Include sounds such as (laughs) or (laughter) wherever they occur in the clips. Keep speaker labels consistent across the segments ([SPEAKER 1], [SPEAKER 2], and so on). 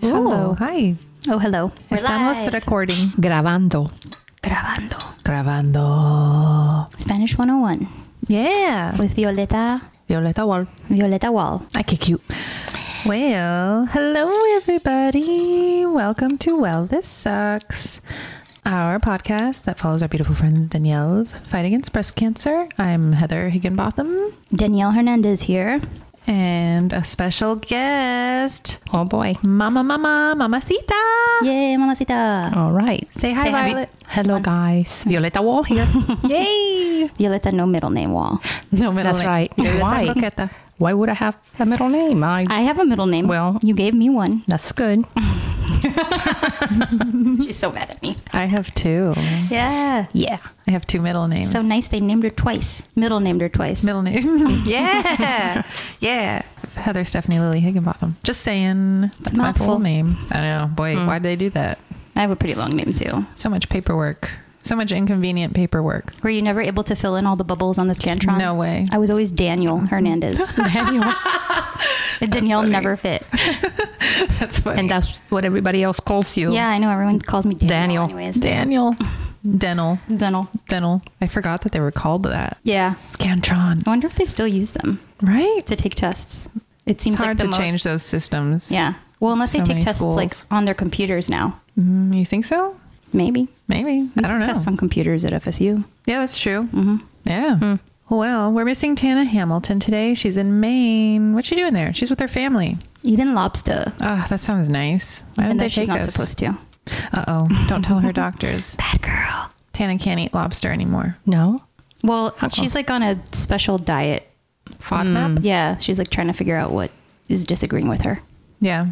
[SPEAKER 1] Hello. Hi.
[SPEAKER 2] Oh, hello. We're
[SPEAKER 3] Oh, Estamos
[SPEAKER 2] live.
[SPEAKER 3] recording.
[SPEAKER 1] Grabando.
[SPEAKER 2] Grabando.
[SPEAKER 1] Grabando.
[SPEAKER 2] Spanish 101
[SPEAKER 3] Yeah.
[SPEAKER 2] with Violeta
[SPEAKER 1] Violeta Wall.
[SPEAKER 2] Violeta Wall.
[SPEAKER 1] I kick you.
[SPEAKER 3] Well, hello everybody. Welcome to Well This Sucks, our podcast that follows our beautiful friend Danielle's fight against breast cancer. I'm Heather Higginbotham
[SPEAKER 2] Danielle Hernandez here.
[SPEAKER 3] and a special guest. Oh boy. Mama Mama Mamacita.
[SPEAKER 2] Yay, mamacita.
[SPEAKER 3] All right. Say hi,
[SPEAKER 2] Say hi.
[SPEAKER 3] Violet.
[SPEAKER 1] Hello, guys. Violeta Wall here.
[SPEAKER 3] (laughs) Yay.
[SPEAKER 2] Violeta, no middle name Wall.
[SPEAKER 3] No middle
[SPEAKER 1] That's
[SPEAKER 3] name.
[SPEAKER 1] right.
[SPEAKER 3] Violeta
[SPEAKER 1] Why?
[SPEAKER 3] Roqueta.
[SPEAKER 1] Why would I have a middle name? I.
[SPEAKER 2] I have a middle name.
[SPEAKER 1] Well-
[SPEAKER 2] you gave me one.
[SPEAKER 1] That's good.
[SPEAKER 2] (laughs) She's so mad at me.
[SPEAKER 3] I have two.
[SPEAKER 2] Yeah.
[SPEAKER 1] Yeah.
[SPEAKER 3] I have two middle names.
[SPEAKER 2] So nice they named her twice. Middle named her twice.
[SPEAKER 3] Middle name. (laughs) yeah. Yeah. Heather Stephanie Lily Higginbotham. Just saying. That's my
[SPEAKER 2] mouthful.
[SPEAKER 3] full name. I know. Boy, why'd they do that?
[SPEAKER 2] I have a pretty long name too.
[SPEAKER 3] So much paperwork. So much inconvenient paperwork.
[SPEAKER 2] Were you never able to fill in all the bubbles on this Scantron?
[SPEAKER 3] No way.
[SPEAKER 2] I was always Daniel Hernandez. (laughs) Daniel. Danielle
[SPEAKER 3] funny.
[SPEAKER 2] never fit.
[SPEAKER 3] That's funny.
[SPEAKER 1] And that's what everybody else calls you.
[SPEAKER 2] Yeah, I know. Everyone calls me Daniel.
[SPEAKER 1] Daniel.
[SPEAKER 2] Anyways.
[SPEAKER 3] Daniel. Dental.
[SPEAKER 2] Daniel.
[SPEAKER 3] Dental. I forgot that they were called that.
[SPEAKER 2] Yeah.
[SPEAKER 3] Scantron.
[SPEAKER 2] I wonder if they still use them
[SPEAKER 3] Right?
[SPEAKER 2] to take tests.
[SPEAKER 3] It
[SPEAKER 2] seems
[SPEAKER 3] it's hard
[SPEAKER 2] like the
[SPEAKER 3] to change
[SPEAKER 2] most-
[SPEAKER 3] those systems.
[SPEAKER 2] Yeah. Well, unless
[SPEAKER 3] So
[SPEAKER 2] they take
[SPEAKER 3] many
[SPEAKER 2] tests like
[SPEAKER 3] schools.
[SPEAKER 2] on their computers now.
[SPEAKER 3] Mm, you think so?
[SPEAKER 2] Maybe.
[SPEAKER 3] Maybe.
[SPEAKER 2] We
[SPEAKER 3] I
[SPEAKER 2] took
[SPEAKER 3] don't know.
[SPEAKER 2] tests on computers at FSU.
[SPEAKER 3] Yeah, that's true.
[SPEAKER 2] Mm-hmm.
[SPEAKER 3] Yeah.
[SPEAKER 1] Hmm.
[SPEAKER 3] Well, we're missing Tana Hamilton today. She's in Maine. What's she doing there? She's with her family.
[SPEAKER 2] Eating lobster.
[SPEAKER 3] Ah, that sounds nice. Why didn't
[SPEAKER 2] and
[SPEAKER 3] they
[SPEAKER 2] that she's
[SPEAKER 3] take
[SPEAKER 2] not
[SPEAKER 3] us?
[SPEAKER 2] supposed to.
[SPEAKER 3] Uh oh!
[SPEAKER 2] (laughs)
[SPEAKER 3] Don't tell her doctors.
[SPEAKER 2] Bad girl.
[SPEAKER 3] Tana can't eat lobster anymore.
[SPEAKER 1] No.
[SPEAKER 2] Well,
[SPEAKER 3] How come?
[SPEAKER 2] she's like on a special diet.
[SPEAKER 3] FODMAP.
[SPEAKER 2] Yeah. She's like trying to figure out what is disagreeing with her.
[SPEAKER 3] Yeah.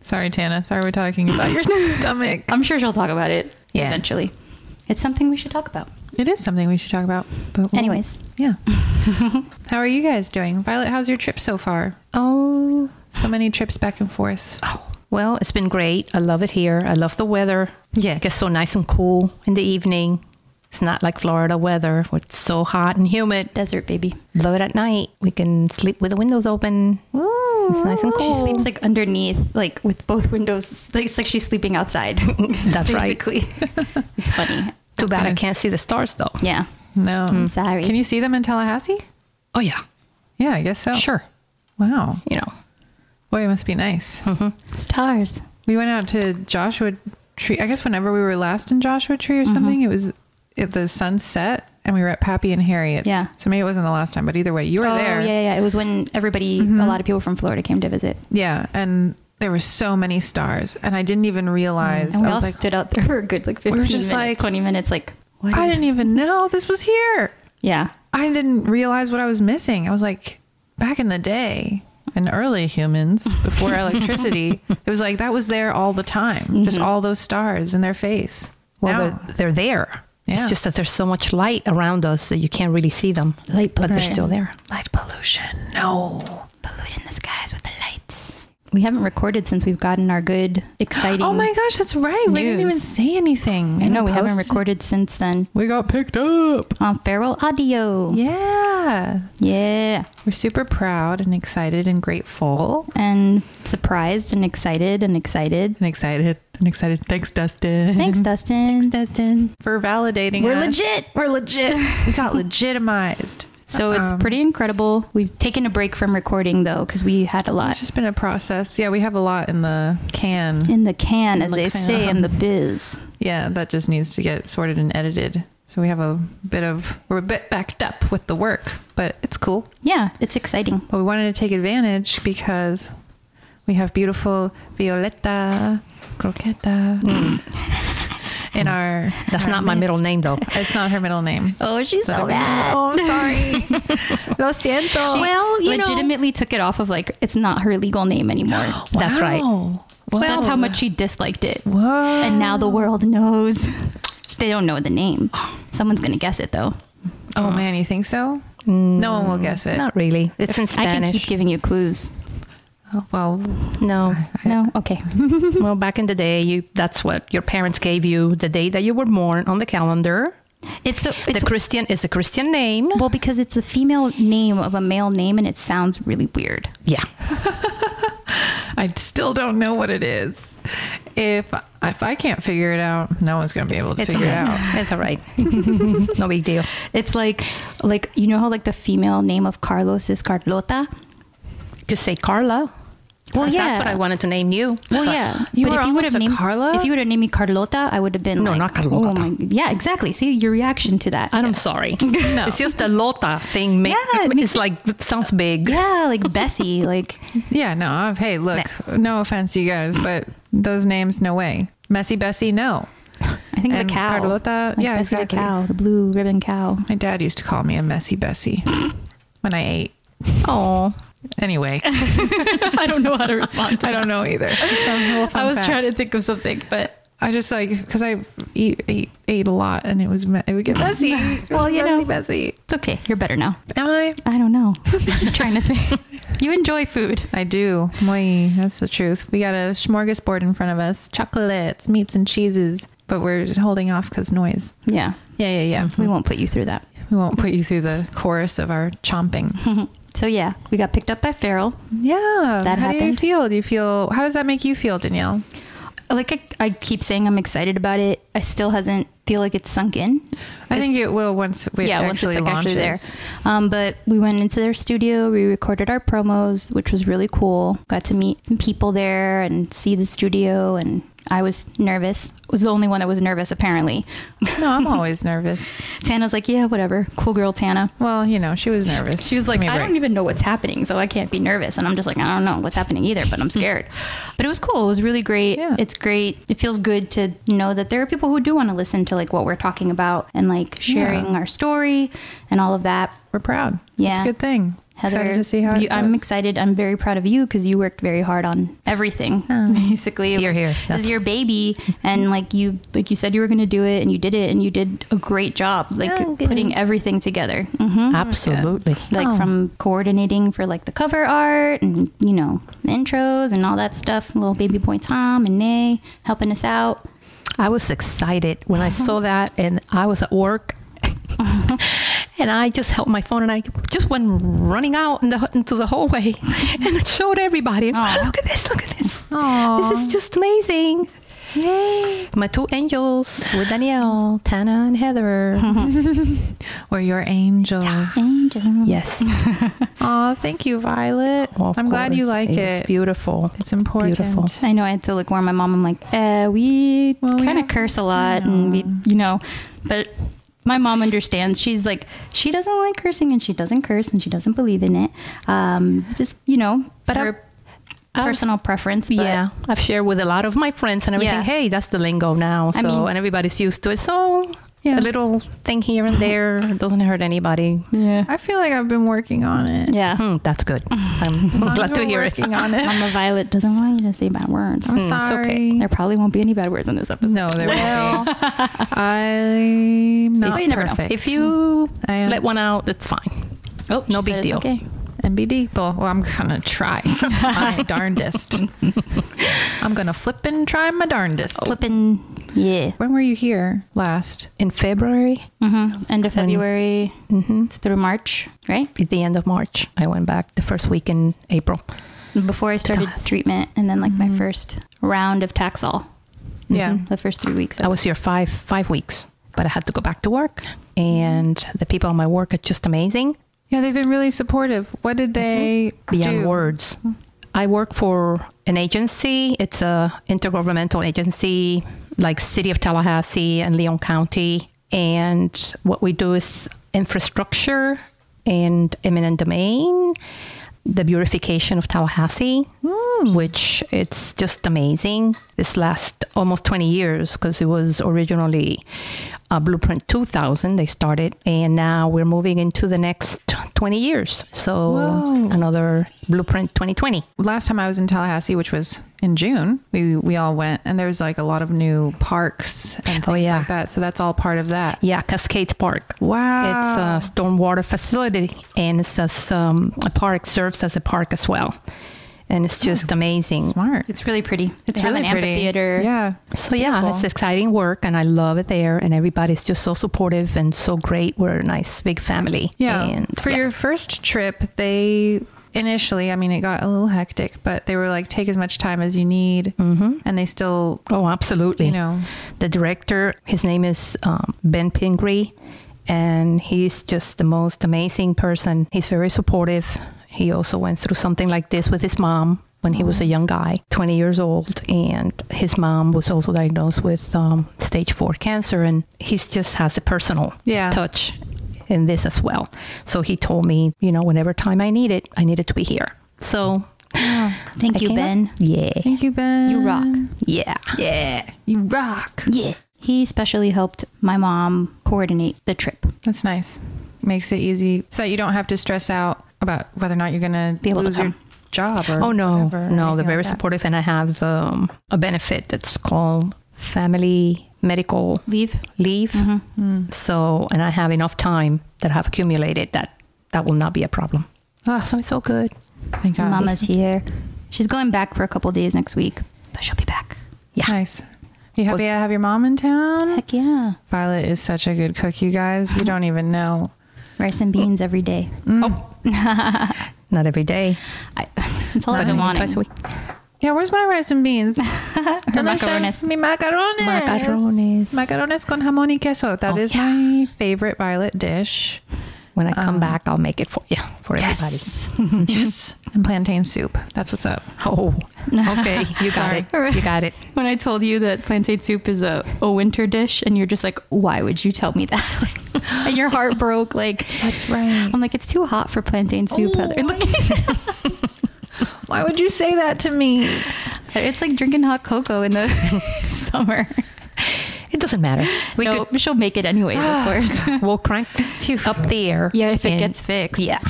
[SPEAKER 3] Sorry, Tana. Sorry, we're talking
[SPEAKER 2] (laughs)
[SPEAKER 3] about your stomach.
[SPEAKER 2] I'm sure she'll talk about it
[SPEAKER 3] Yeah.
[SPEAKER 2] eventually. It's something we should talk about.
[SPEAKER 3] It is something we should talk about. But we'll-
[SPEAKER 2] Anyways. (laughs)
[SPEAKER 3] yeah. How are you guys doing, Violet? How's your trip so far?
[SPEAKER 1] Oh.
[SPEAKER 3] So many trips back and forth.
[SPEAKER 1] Well, it's been great. I love it here. I love the weather.
[SPEAKER 3] Yeah.
[SPEAKER 1] It gets so nice and cool in the evening. It's not like Florida weather, where it's so hot and humid.
[SPEAKER 2] Desert baby.
[SPEAKER 1] Love it at night. We can sleep with the windows open.
[SPEAKER 3] Ooh,
[SPEAKER 1] It's nice and cool.
[SPEAKER 2] She sleeps like underneath, like with both windows. Like, it's like she's sleeping outside. (laughs)
[SPEAKER 1] That's right.
[SPEAKER 2] basically. right. it's funny.
[SPEAKER 1] Too bad I
[SPEAKER 3] nice.
[SPEAKER 1] can't see the stars though.
[SPEAKER 2] Yeah.
[SPEAKER 3] No,
[SPEAKER 2] Mm. Sorry.
[SPEAKER 3] Can you see them in Tallahassee?
[SPEAKER 1] Oh yeah,
[SPEAKER 3] Yeah, I guess so.
[SPEAKER 1] sure.
[SPEAKER 3] Wow.
[SPEAKER 1] You know,
[SPEAKER 3] Boy, it must be nice.
[SPEAKER 2] Stars.
[SPEAKER 3] We went out to Joshua Tree. I guess whenever we were last in Joshua Tree or something, it was at the sunset and we were at Pappy and Harriet's.
[SPEAKER 2] Yeah.
[SPEAKER 3] So maybe it wasn't the last time, but either way, you were
[SPEAKER 2] oh,
[SPEAKER 3] there.
[SPEAKER 2] yeah, yeah, yeah. It was when everybody, a lot of people from Florida came to visit.
[SPEAKER 3] Yeah, And there were so many stars and I didn't even realize.
[SPEAKER 2] And we
[SPEAKER 3] I
[SPEAKER 2] all
[SPEAKER 3] was like,
[SPEAKER 2] stood out there for a good like 15
[SPEAKER 3] were just
[SPEAKER 2] minutes,
[SPEAKER 3] like,
[SPEAKER 2] 20 minutes. Like, what?
[SPEAKER 3] I didn't even know this was here.
[SPEAKER 2] Yeah.
[SPEAKER 3] I didn't realize what I was missing. I was like, back in the day, in early humans,
[SPEAKER 2] (laughs)
[SPEAKER 3] before electricity, it was like that was there all the time.
[SPEAKER 2] Mm-hmm.
[SPEAKER 3] Just all those stars in their face.
[SPEAKER 1] well
[SPEAKER 3] Now-
[SPEAKER 1] they're they're there.
[SPEAKER 3] Yeah.
[SPEAKER 1] It's just that there's so much light around us that you can't really see them,
[SPEAKER 2] Light
[SPEAKER 1] but they're
[SPEAKER 2] pollution.
[SPEAKER 1] still there.
[SPEAKER 3] Light pollution. No.
[SPEAKER 2] Polluting the skies with the lights. We haven't recorded since we've gotten our good, (gasps) exciting.
[SPEAKER 3] Oh my gosh, that's right. We didn't
[SPEAKER 2] News.
[SPEAKER 3] even say anything.
[SPEAKER 2] I know we haven't
[SPEAKER 3] posted.
[SPEAKER 2] recorded since then.
[SPEAKER 3] We got picked up.
[SPEAKER 2] On Feral Audio.
[SPEAKER 3] Yeah.
[SPEAKER 2] yeah.
[SPEAKER 3] We're super proud and excited and grateful
[SPEAKER 2] And surprised and excited and excited.
[SPEAKER 3] and excited and excited. Thanks, Dustin.
[SPEAKER 2] Mm-hmm. Thanks, Dustin.
[SPEAKER 3] Dustin, for validating
[SPEAKER 2] We're
[SPEAKER 3] us.
[SPEAKER 2] legit. We're Um, legit.
[SPEAKER 3] We got legitimized.
[SPEAKER 2] So it's pretty incredible. We've taken a break from recording though, because we had a
[SPEAKER 3] It's
[SPEAKER 2] lot
[SPEAKER 3] just been a process. Yeah, we have a lot in the can.
[SPEAKER 2] in the can, as
[SPEAKER 3] the
[SPEAKER 2] they
[SPEAKER 3] can.
[SPEAKER 2] say in the biz.
[SPEAKER 3] Yeah, that just needs to get sorted and edited. So we have a bit of, we're a bit backed up with the work, but it's cool.
[SPEAKER 2] Yeah, it's exciting.
[SPEAKER 3] But we wanted to take advantage because we have beautiful Violeta
[SPEAKER 2] (laughs)
[SPEAKER 3] Croqueta in our.
[SPEAKER 1] That's
[SPEAKER 3] our
[SPEAKER 1] not my
[SPEAKER 3] midst.
[SPEAKER 1] middle name (laughs) though.
[SPEAKER 3] It's not her middle name.
[SPEAKER 2] Oh, she's so bad.
[SPEAKER 3] Oh,
[SPEAKER 2] (laughs)
[SPEAKER 3] I'm sorry. Lo siento.
[SPEAKER 2] well, you legitimately took it off of like it's not her legal name (gasps) anymore.
[SPEAKER 1] That's right.
[SPEAKER 3] Wow. Wow.
[SPEAKER 2] That's how much she disliked it.
[SPEAKER 3] Whoa.
[SPEAKER 2] And now the world knows. (laughs) they don't know the (gasps) name. Someone's gonna guess it though.
[SPEAKER 3] Oh man, you think so? no one will guess it.
[SPEAKER 1] Mm, Not really. It's in
[SPEAKER 2] I can
[SPEAKER 1] Spanish.
[SPEAKER 2] keep giving you clues.
[SPEAKER 3] Oh, well,
[SPEAKER 1] no.
[SPEAKER 2] No, okay.
[SPEAKER 1] (laughs) well, back in the day, you that's what your parents gave you the day that you were born on the calendar.
[SPEAKER 2] It's a,
[SPEAKER 1] The
[SPEAKER 2] it's
[SPEAKER 1] Christian is a Christian name.
[SPEAKER 2] well because it's a female name of a male name and it sounds really weird.
[SPEAKER 1] Yeah.
[SPEAKER 3] I still don't know what it is. If if I can't figure it out, no one's going to be able to
[SPEAKER 2] It's
[SPEAKER 3] figure
[SPEAKER 2] okay.
[SPEAKER 3] it
[SPEAKER 1] (laughs)
[SPEAKER 3] out.
[SPEAKER 2] It's all right. no big deal. It's like, like you know how like the female name of Carlos is Carlota.
[SPEAKER 1] Just say Carla.
[SPEAKER 2] Well,
[SPEAKER 1] 'Cause
[SPEAKER 2] yeah.
[SPEAKER 1] That's what I wanted to name you.
[SPEAKER 2] Well, yeah.
[SPEAKER 3] You were
[SPEAKER 2] would've
[SPEAKER 3] almost a
[SPEAKER 2] named
[SPEAKER 3] Carla?
[SPEAKER 2] if you would have named me Carlota, I would have been
[SPEAKER 1] No,
[SPEAKER 2] like,
[SPEAKER 1] not Carlota.
[SPEAKER 2] oh my- yeah, exactly. See your reaction to that.
[SPEAKER 1] And I'm sorry. No. It's just the Lota thing. Make,
[SPEAKER 2] Yeah,
[SPEAKER 1] (laughs)
[SPEAKER 2] it makes-
[SPEAKER 1] it's like, it sounds big.
[SPEAKER 2] yeah, like Bessie, like
[SPEAKER 3] Yeah, no. I've, hey, look, no offense to you guys, but those names, no way. Messy Bessie, no.
[SPEAKER 2] I think
[SPEAKER 3] And
[SPEAKER 2] the cow.
[SPEAKER 3] Carlota,
[SPEAKER 2] like
[SPEAKER 3] yeah,
[SPEAKER 2] Bessie
[SPEAKER 3] exactly.
[SPEAKER 2] the cow, the blue ribbon cow.
[SPEAKER 3] My dad used to call me a Messy Bessie when I ate.
[SPEAKER 1] Oh.
[SPEAKER 3] Anyway,
[SPEAKER 2] (laughs) I don't know how to respond.
[SPEAKER 3] I don't know
[SPEAKER 2] (laughs)
[SPEAKER 3] either. So, little fun fact.
[SPEAKER 2] to think of something, but
[SPEAKER 3] I just like because I eat, ate ate a lot and it was me- it
[SPEAKER 2] (laughs)
[SPEAKER 3] would get messy.
[SPEAKER 2] Well, you
[SPEAKER 3] messy,
[SPEAKER 2] know.
[SPEAKER 3] messy.
[SPEAKER 2] it's okay. You're better now.
[SPEAKER 3] Am I?
[SPEAKER 2] I don't (laughs) know. I'm trying to (laughs) think. You enjoy food.
[SPEAKER 3] I do. Moi, that's the truth. We got a smorgasbord in front of us: chocolates, meats, and cheeses. But we're holding off because noise.
[SPEAKER 2] Yeah.
[SPEAKER 3] Yeah, yeah, yeah.
[SPEAKER 2] We won't put you through that.
[SPEAKER 3] We won't put you through the chorus of our
[SPEAKER 2] (laughs)
[SPEAKER 3] chomping.
[SPEAKER 2] So yeah, we got picked up by Farrell.
[SPEAKER 3] Yeah.
[SPEAKER 2] That
[SPEAKER 3] how do you
[SPEAKER 2] happened.
[SPEAKER 3] feel? Do you feel? How does that make you feel, Danielle?
[SPEAKER 2] Like I, I keep saying, I'm excited about it. I still hasn't feel like it's sunk in.
[SPEAKER 3] I think it will once it
[SPEAKER 2] yeah,
[SPEAKER 3] actually
[SPEAKER 2] once it's like
[SPEAKER 3] launches.
[SPEAKER 2] actually there. Um, but we went into their studio. We recorded our promos, which was really cool. Got to meet some people there and see the studio. And I was nervous. Was the only one that was nervous apparently.
[SPEAKER 3] No, I'm always nervous.
[SPEAKER 2] (laughs) Tana's like, yeah, whatever, cool girl, Tana.
[SPEAKER 3] Well, you know, she was nervous.
[SPEAKER 2] She was like,
[SPEAKER 3] Give me a
[SPEAKER 2] I
[SPEAKER 3] break.
[SPEAKER 2] don't even know what's happening, so I can't be nervous. And I'm just like, I don't know what's happening either, but I'm scared. but it was cool. It was really great.
[SPEAKER 3] Hmm. Yeah.
[SPEAKER 2] It's great. It feels good to know that there are people who do want to listen to like what we're talking about and like sharing
[SPEAKER 3] Yeah.
[SPEAKER 2] our story and all of that.
[SPEAKER 3] We're proud. it's
[SPEAKER 2] Yeah.
[SPEAKER 3] a good thing.
[SPEAKER 2] Heather,
[SPEAKER 3] excited to see how it
[SPEAKER 2] you, I'm
[SPEAKER 3] goes.
[SPEAKER 2] excited. I'm very proud of you because you worked very hard on everything. (laughs) Basically, it
[SPEAKER 1] Here,
[SPEAKER 2] was-
[SPEAKER 1] here.
[SPEAKER 2] This
[SPEAKER 1] That's-
[SPEAKER 2] is your baby, and like you, like you said, you were going to do it, and you did it, and you did a great job, like
[SPEAKER 3] Oh, good.
[SPEAKER 2] putting everything together. hmm
[SPEAKER 1] Absolutely.
[SPEAKER 2] like
[SPEAKER 3] Oh.
[SPEAKER 2] from coordinating for like the cover art and you know the intros and all that stuff. Little baby boy Tom and Nay helping us out.
[SPEAKER 1] I was excited when I saw that, and I was at work, (laughs) and I just held my phone and I just went running out in the, into the hallway (laughs) and it showed everybody.
[SPEAKER 2] Aw.
[SPEAKER 1] (laughs) Look at this! Look at this!
[SPEAKER 3] Aw.
[SPEAKER 1] This is just amazing. Yay! My two angels with Danielle, Tana, and
[SPEAKER 3] (laughs)
[SPEAKER 1] Heather.
[SPEAKER 3] We're your angels.
[SPEAKER 2] Angel.
[SPEAKER 1] yes.
[SPEAKER 3] Aw, thank you, Violet. I'm
[SPEAKER 1] Of
[SPEAKER 3] glad you
[SPEAKER 1] course.
[SPEAKER 3] like it.
[SPEAKER 1] was beautiful.
[SPEAKER 3] It's important.
[SPEAKER 1] Beautiful.
[SPEAKER 2] I know I had to like warn my mom. I'm like, uh, we
[SPEAKER 3] Well, we
[SPEAKER 2] kind of
[SPEAKER 3] have-
[SPEAKER 2] curse a lot, and we, you know, but my mom understands. She's like, she doesn't like cursing, and she doesn't curse, and she doesn't believe in it. Um, just you know,
[SPEAKER 1] But
[SPEAKER 2] her
[SPEAKER 1] I've- I've-
[SPEAKER 2] personal preference. But
[SPEAKER 1] yeah, I've shared with a lot of my friends and everything.
[SPEAKER 2] Yeah.
[SPEAKER 1] Hey, that's the lingo now. So
[SPEAKER 2] I mean-
[SPEAKER 1] and everybody's used to it. So
[SPEAKER 3] Yeah.
[SPEAKER 1] a little thing here
[SPEAKER 3] (laughs)
[SPEAKER 1] and there doesn't hurt anybody.
[SPEAKER 2] yeah,
[SPEAKER 3] I feel like I've been working on it. (laughs)
[SPEAKER 2] yeah.
[SPEAKER 1] Hmm, that's good. I'm
[SPEAKER 3] As long as
[SPEAKER 1] (laughs) glad to
[SPEAKER 3] we're
[SPEAKER 1] hear it. Hmm,
[SPEAKER 3] working on
[SPEAKER 1] (laughs)
[SPEAKER 3] it.
[SPEAKER 2] Mama Violet doesn't want you to say bad words.
[SPEAKER 3] I'm
[SPEAKER 1] it's okay.
[SPEAKER 3] sorry.
[SPEAKER 2] There probably won't be any bad words in this episode.
[SPEAKER 3] No,
[SPEAKER 2] (laughs)
[SPEAKER 3] there won't be.
[SPEAKER 1] (laughs)
[SPEAKER 3] I'm not
[SPEAKER 2] Well, you never know.
[SPEAKER 3] perfect.
[SPEAKER 1] If you
[SPEAKER 3] I am-
[SPEAKER 1] let one out, it's fine.
[SPEAKER 2] Oh,
[SPEAKER 1] No big deal.
[SPEAKER 2] Okay.
[SPEAKER 3] MBD, well, well, I'm gonna
[SPEAKER 1] (laughs)
[SPEAKER 3] try my darndest. I'm gonna flip and try my darndest.
[SPEAKER 1] Oh.
[SPEAKER 2] Flipping, Oh. yeah.
[SPEAKER 3] When were you here last?
[SPEAKER 1] In February,
[SPEAKER 2] hmm End of February
[SPEAKER 1] hmm
[SPEAKER 2] through March, right?
[SPEAKER 1] at the end of March, I went back the first week in April.
[SPEAKER 2] Before I started
[SPEAKER 1] God.
[SPEAKER 2] treatment, and then like my first round of Taxol,
[SPEAKER 3] Yeah.
[SPEAKER 2] the first three weeks.
[SPEAKER 1] I Mm-hmm. was here five five weeks, but I had to go back to work. And the people at my work are just amazing.
[SPEAKER 3] Yeah, they've been really supportive. What did
[SPEAKER 1] Mm-hmm.
[SPEAKER 3] they
[SPEAKER 1] beyond
[SPEAKER 3] do?
[SPEAKER 1] words. I work for an agency. It's a intergovernmental agency like City of Tallahassee and Leon County. And what we do is infrastructure and eminent domain, the beautification of Tallahassee, which it's just amazing. This last almost 20 years because it was originally uh, Blueprint 2000 they started, and now we're moving into the next 20 years. So
[SPEAKER 3] Whoa.
[SPEAKER 1] another Blueprint 2020.
[SPEAKER 3] last time I was in Tallahassee, which was in June, we we all went, and there's like a lot of new parks and things
[SPEAKER 1] Oh, yeah.
[SPEAKER 3] like that. So that's all part of that.
[SPEAKER 1] Yeah, Cascades Park.
[SPEAKER 3] Wow,
[SPEAKER 1] It's a stormwater facility, and it's as, um, a park serves as a park as well, and it's
[SPEAKER 3] Ah.
[SPEAKER 1] just amazing.
[SPEAKER 3] smart.
[SPEAKER 2] it's really pretty.
[SPEAKER 3] It's
[SPEAKER 2] They have
[SPEAKER 3] really
[SPEAKER 2] an
[SPEAKER 3] pretty.
[SPEAKER 2] amphitheater.
[SPEAKER 3] Yeah,
[SPEAKER 1] So yeah, it's exciting work, and I love it there. And everybody's just so supportive and so great. We're a nice big family.
[SPEAKER 3] yeah.
[SPEAKER 1] and
[SPEAKER 3] For
[SPEAKER 1] yeah.
[SPEAKER 3] your first trip, they initially, I mean, it got a little hectic, but they were like, take as much time as you need. Mm-hmm. And they still,
[SPEAKER 1] Oh, absolutely.
[SPEAKER 3] you know,
[SPEAKER 1] the director, his name is um, Ben Pingree, and he's just the most amazing person. He's very supportive. He also went through something like this with his mom when he was a young guy, 20 years old, and his mom was also diagnosed with um, stage four cancer, and he just has a personal
[SPEAKER 3] Yeah.
[SPEAKER 1] touch in this as well. So he told me, you know, whenever time I need it, I needed to be here. So
[SPEAKER 2] Thank
[SPEAKER 1] I
[SPEAKER 2] you,
[SPEAKER 1] came up-
[SPEAKER 2] Ben.
[SPEAKER 1] Yeah.
[SPEAKER 3] thank you, Ben.
[SPEAKER 2] You rock.
[SPEAKER 1] Yeah.
[SPEAKER 3] Yeah. You rock.
[SPEAKER 2] Yeah. He especially helped my mom coordinate the trip.
[SPEAKER 3] That's nice. Makes it easy so that you don't have to stress out about whether or not you're going to
[SPEAKER 2] Be able to
[SPEAKER 3] lose your
[SPEAKER 2] come.
[SPEAKER 3] job or
[SPEAKER 1] Oh no,
[SPEAKER 3] whatever, or
[SPEAKER 1] no,
[SPEAKER 3] anything
[SPEAKER 1] they're very
[SPEAKER 3] like that.
[SPEAKER 1] supportive, and I have um, a benefit that's called family medical
[SPEAKER 2] Leave.
[SPEAKER 1] leave.
[SPEAKER 2] Mm-hmm.
[SPEAKER 3] Mm.
[SPEAKER 1] So, and I have enough time that I have accumulated that that will not be a problem.
[SPEAKER 3] Ah.
[SPEAKER 1] So it's all good.
[SPEAKER 3] Thank God.
[SPEAKER 2] Mama's here. She's going back for a couple days next week, but she'll be back.
[SPEAKER 1] Yeah.
[SPEAKER 3] Nice. You happy to have your mom in town?
[SPEAKER 2] Heck yeah.
[SPEAKER 3] Violet is such a good cook, you guys. You don't even know. Mm.
[SPEAKER 2] Rice and beans every day.
[SPEAKER 1] Oh. Not every day,
[SPEAKER 2] I, (laughs) it's all I've
[SPEAKER 1] but
[SPEAKER 2] been
[SPEAKER 1] twice a
[SPEAKER 2] wanting.
[SPEAKER 1] week.
[SPEAKER 3] Yeah, where's my rice and
[SPEAKER 1] (laughs)
[SPEAKER 3] beans?
[SPEAKER 2] Her
[SPEAKER 3] ¿Dónde están
[SPEAKER 2] macarones.
[SPEAKER 3] Mi macarones.
[SPEAKER 1] Macarones.
[SPEAKER 3] Macarones con jamón y queso. That
[SPEAKER 1] Oh,
[SPEAKER 3] is
[SPEAKER 1] yeah.
[SPEAKER 3] my favorite Violet dish.
[SPEAKER 1] When I come
[SPEAKER 3] Um,
[SPEAKER 1] back, I'll make it for you for (laughs)
[SPEAKER 3] yes. And plantain soup. That's what's up.
[SPEAKER 1] everybody. Oh, okay, you got it.
[SPEAKER 2] Sorry.
[SPEAKER 1] You got it.
[SPEAKER 2] When I told you that plantain soup is a, a winter dish, and you're just like, why would you tell me that? (laughs) and your heart broke. Like,
[SPEAKER 3] That's right.
[SPEAKER 2] I'm like, it's too hot for plantain soup, Heather. (laughs) Look,
[SPEAKER 3] Why would you say that to me?
[SPEAKER 2] it's like drinking hot cocoa in the (laughs) summer.
[SPEAKER 1] It doesn't matter.
[SPEAKER 2] We
[SPEAKER 1] We
[SPEAKER 2] no,
[SPEAKER 1] could.
[SPEAKER 2] she'll make it anyways, of course.
[SPEAKER 1] (laughs) We'll crank
[SPEAKER 3] Phew.
[SPEAKER 1] up the air.
[SPEAKER 2] yeah, if it
[SPEAKER 1] and-
[SPEAKER 2] gets fixed.
[SPEAKER 1] Yeah.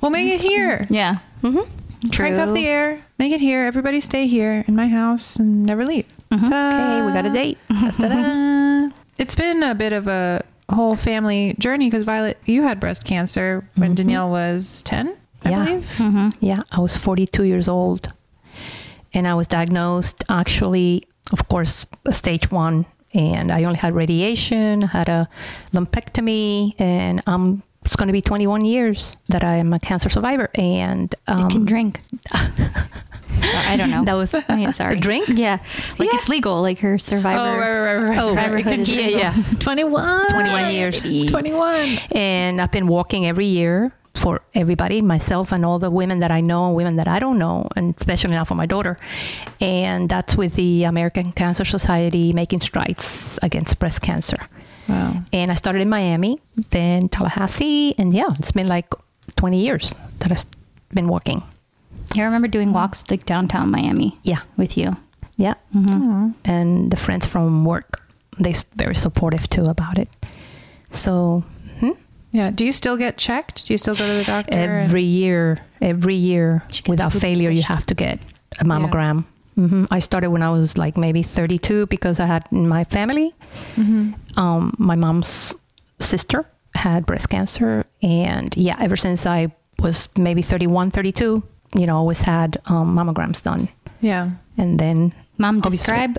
[SPEAKER 3] We'll make it here.
[SPEAKER 2] Yeah.
[SPEAKER 1] Mm-hmm.
[SPEAKER 2] True.
[SPEAKER 3] Crank up the air. Make it here. Everybody stay here in my house and never leave.
[SPEAKER 1] Mm-hmm. Okay, we got a
[SPEAKER 3] date.
[SPEAKER 1] date. Da-da-da.
[SPEAKER 3] Ta-da. It's been a bit of a whole family journey because Violet, you had breast cancer when Danielle was 10, I
[SPEAKER 1] Mm-hmm. Yeah.
[SPEAKER 3] believe.
[SPEAKER 2] Mm-hmm.
[SPEAKER 1] Yeah, I was 42 years old. And I was diagnosed actually, of course, stage one. And I only had radiation, had a lumpectomy, and I'm, it's going to be 21 years that I am a cancer survivor. And
[SPEAKER 2] You can
[SPEAKER 1] um,
[SPEAKER 2] drink. I don't (laughs) know.
[SPEAKER 1] that was
[SPEAKER 2] I mean, sorry.
[SPEAKER 1] A drink?
[SPEAKER 2] Yeah. Like
[SPEAKER 1] Yeah.
[SPEAKER 2] it's legal. Like her survivor.
[SPEAKER 3] right,
[SPEAKER 1] Oh,
[SPEAKER 2] Survivorhood is
[SPEAKER 1] yeah,
[SPEAKER 2] legal.
[SPEAKER 1] yeah.
[SPEAKER 3] 21.
[SPEAKER 1] 21 years.
[SPEAKER 3] 21.
[SPEAKER 1] And I've been walking every year for everybody, myself and all the women that I know, women that I don't know, and especially now for my daughter. And that's with the American Cancer Society making strides against breast cancer.
[SPEAKER 3] Wow.
[SPEAKER 1] And I started in Miami, then Tallahassee, and yeah, it's been like 20 years that I've been working.
[SPEAKER 2] Yeah, I remember doing walks like downtown Miami
[SPEAKER 1] Mm-hmm. Yeah, Mm.
[SPEAKER 2] with you. Mm-hmm.
[SPEAKER 1] yeah.
[SPEAKER 3] Aw.
[SPEAKER 1] And the friends from work, they're very supportive too about it. So hmm?
[SPEAKER 3] Yeah. Do you still get checked? Do you still go to the doctor? and-
[SPEAKER 1] every year, every year,
[SPEAKER 2] She gets a
[SPEAKER 1] without
[SPEAKER 2] good
[SPEAKER 1] failure, you
[SPEAKER 2] special.
[SPEAKER 1] have to get a mammogram. hmm I started when I was like maybe 32 because I had in my family
[SPEAKER 3] Mhm.
[SPEAKER 1] um, my mom's sister had breast cancer and yeah ever since i was maybe 31 32 you know always had um, mammograms done
[SPEAKER 3] Yeah.
[SPEAKER 1] and then
[SPEAKER 2] Mom,
[SPEAKER 1] Obviously.
[SPEAKER 2] describe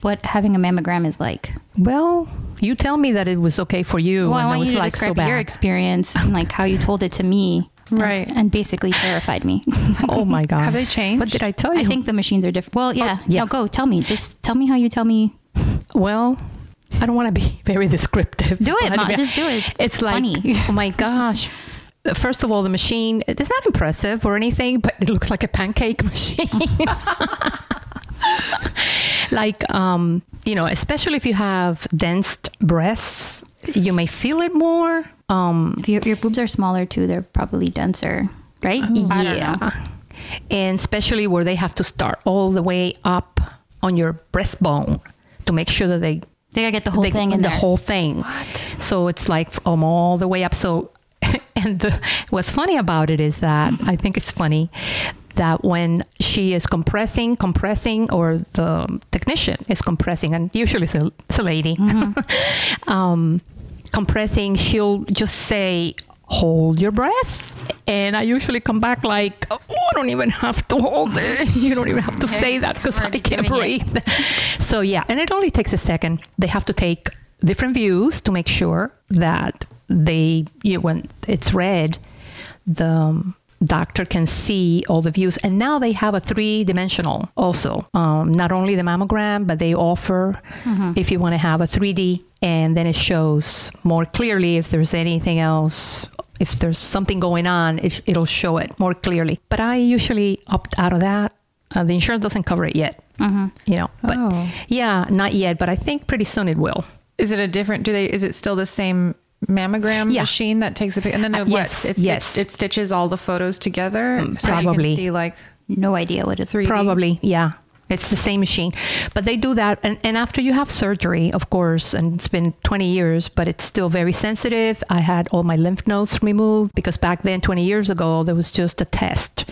[SPEAKER 2] what having a mammogram is like.
[SPEAKER 1] well you tell me that it was okay for you
[SPEAKER 2] well, I
[SPEAKER 1] and
[SPEAKER 2] want
[SPEAKER 1] was
[SPEAKER 2] you to
[SPEAKER 1] like so
[SPEAKER 2] describe
[SPEAKER 1] bad
[SPEAKER 2] your experience and like how you told it to me. and-
[SPEAKER 3] Right.
[SPEAKER 2] And, basically terrified me.
[SPEAKER 1] (laughs) oh my god
[SPEAKER 3] Have they changed?
[SPEAKER 1] what did i tell you
[SPEAKER 2] (laughs) I think the machines are different. Well, yeah.
[SPEAKER 1] yeah.
[SPEAKER 2] No, go. Tell me. Just tell me how you tell me.
[SPEAKER 1] well i don't want to be (laughs) very descriptive
[SPEAKER 2] Do it,
[SPEAKER 1] but
[SPEAKER 2] Mom. Just do it.
[SPEAKER 1] (laughs) it's like
[SPEAKER 2] funny.
[SPEAKER 1] oh my gosh First of all, the machine, it's not impressive or anything, but it looks like a pancake (laughs) machine. like um you know especially if you have dense breasts you may feel it more um
[SPEAKER 2] If your, your boobs are smaller too, they're probably denser, right? Hmm. I don't know.
[SPEAKER 1] Oh, yeah and especially where they have to start all the way up on your breastbone to make sure that they
[SPEAKER 2] They gotta get the whole
[SPEAKER 1] they-
[SPEAKER 2] thing in
[SPEAKER 1] the
[SPEAKER 2] there.
[SPEAKER 1] whole thing so it's like um, all the way up so (laughs) and the, what's funny about it is that i think it's funny that when she is compressing compressing or the technician is compressing and usually it's a, it's a lady
[SPEAKER 2] Mm-hmm.
[SPEAKER 1] (laughs) um, compressing she'll just say hold your breath and i usually come back like oh, i don't even have to hold it (laughs) you don't even have to say that because i
[SPEAKER 2] Already
[SPEAKER 1] can't
[SPEAKER 2] doing it.
[SPEAKER 1] breathe (laughs) so yeah, and it only takes a second. They have to take different views to make sure that they you, when it's read, the um, doctor can see all the views. And now they have a three dimensional also, um, not only the mammogram, but they offer if you want to have a 3D, and then it shows more clearly if there's anything else. If there's something going on, it, it'll show it more clearly. But I usually opt out of that. Uh, the insurance doesn't cover it yet, you know. But
[SPEAKER 3] Oh.
[SPEAKER 1] yeah, not yet. But I think pretty soon it will.
[SPEAKER 3] Is it a different? Do they? Is it still the same mammogram
[SPEAKER 1] Yeah.
[SPEAKER 3] machine that takes a picture? And then
[SPEAKER 1] Uh,
[SPEAKER 3] the, what?
[SPEAKER 1] yes,
[SPEAKER 3] it,
[SPEAKER 1] yes. Mm,
[SPEAKER 3] it stitches all the photos together. so that You
[SPEAKER 1] probably.
[SPEAKER 3] can see like
[SPEAKER 2] No idea what it's
[SPEAKER 3] three.
[SPEAKER 1] Probably, yeah. It's the same machine. But they do that. And, and after you have surgery, of course, and it's been 20 years, but it's still very sensitive. I had all my lymph nodes removed because back then, 20 years ago, there was just a test.